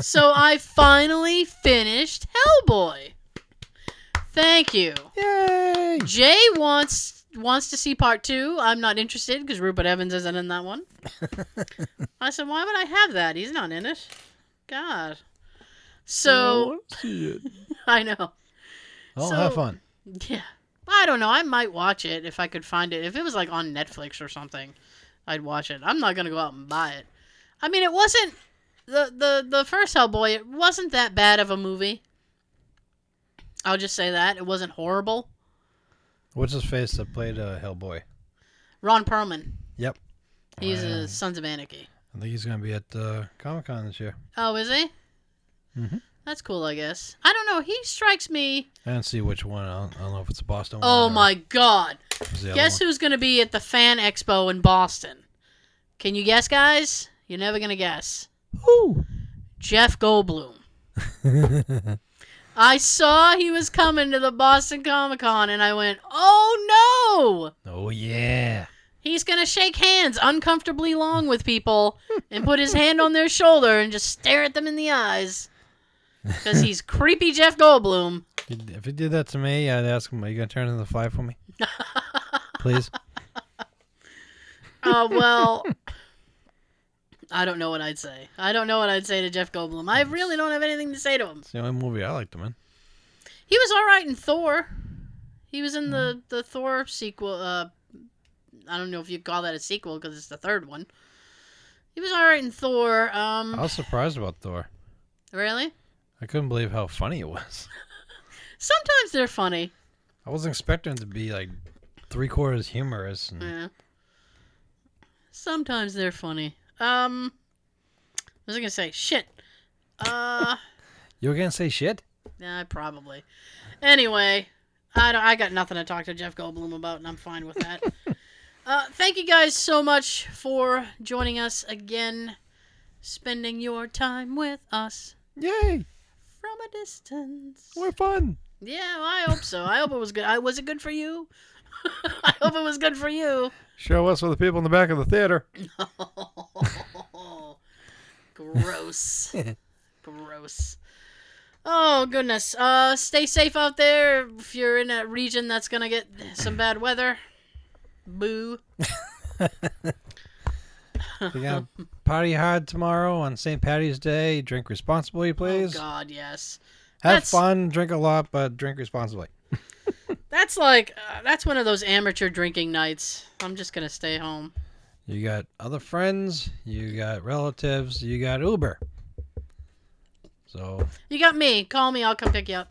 so I finally finished Hellboy. Thank you.
Yay!
Jay wants wants to see part 2. I'm not interested because Rupert Evans isn't in that one. I said, "Why would I have that? He's not in it." God. So, I know.
I'll have
So-
fun.
Yeah. I don't know. I might watch it if I could find it. If it was like on Netflix or something, I'd watch it. I'm not gonna go out and buy it. I mean, it wasn't the the the first Hellboy. It wasn't that bad of a movie. I'll just say that it wasn't horrible.
What's his face that played uh, Hellboy?
Ron Perlman.
Yep.
He's
Wow.
a Sons of Anarchy.
I think he's gonna be at uh, Comic Con this year.
Oh, is he?
Mhm.
That's cool, I guess. I don't know. He strikes me.
I didn't see which one. I don't, I don't know if it's the Boston. one
Oh
or
my God!
if it's the other
Guess
one.
who's going to be at the Fan Expo in Boston? Can you guess, guys? You're never going to guess. Jeff Goldblum. I saw he was coming to the Boston Comic Con and I went, oh no!
oh yeah.
He's going to shake hands uncomfortably long with people and put his hand on their shoulder and just stare at them in the eyes. Because he's creepy Jeff Goldblum.
If he did that to me, I'd ask him, "Are you gonna turn into the fly for me, please?"
Oh, well. I don't know what I'd say. I don't know what I'd say to Jeff Goldblum. I really don't have anything to say to him.
It's the only movie I liked him in.
He was all right in Thor. He was in the the Thor sequel. Uh, I don't know if you call that a sequel because it's the third one. He was all right in Thor. Um,
I was surprised about Thor.
really?
I couldn't believe how funny it was.
Sometimes they're funny.
I wasn't expecting it to be like three quarters humorous. And
Yeah. Sometimes they're funny. Um, what was I gonna say? Shit. Uh,
You were gonna say shit?
yeah, Eh, probably. Anyway, I don't. I got nothing to talk to Jeff Goldblum about, and I'm fine with that. uh, thank you guys so much for joining us again, spending your time with us
Yay!
from a distance.
We're fun.
Yeah, well, I hope so. I hope it was good. I was it good for you? I hope it was good for you.
Show us for the people in the back of the theater.
Gross. Gross. Oh goodness. Uh stay safe out there if you're in a region that's going to get some bad weather. Boo. Oh,
You gotta party hard tomorrow on St. Patty's Day. Drink responsibly, please.
Oh god, yes.
Have
That's-
fun. Drink a lot, but drink responsibly.
That's like uh, that's one of those amateur drinking nights. I'm just going to stay home.
You got other friends. You got relatives. You got Uber. So
You got me. Call me. I'll come pick you up.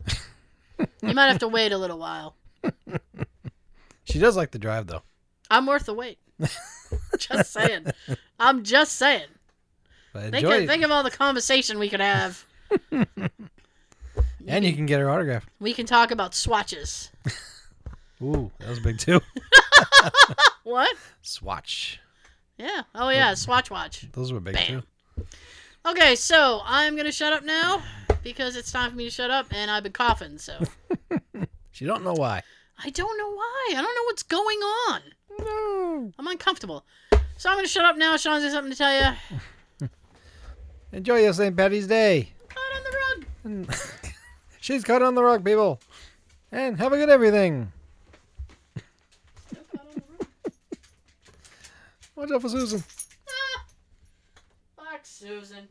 you might have to wait a little while.
she does like to drive, though.
I'm worth the wait. just saying. I'm just saying.
But
Think,
enjoy
of,
it.
think of all the conversation we could have.
and you can get her autograph.
We can talk about swatches.
Ooh, that was big too.
What?
Swatch.
Yeah. Oh yeah, swatch watch.
Those were big
Bam.
too.
Okay, so I'm gonna shut up now because it's time for me to shut up, and I've been coughing, so
She don't know why.
I don't know why. I don't know what's going on.
No.
I'm uncomfortable. So I'm gonna shut up now. Sean's got something to tell you.
Enjoy your St. Patty's Day.
Out on the road.
And she's caught on the rock, people. And have a good everything. Watch out for Susan.
Ah. Fuck Susan.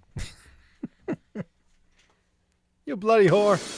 You bloody whore.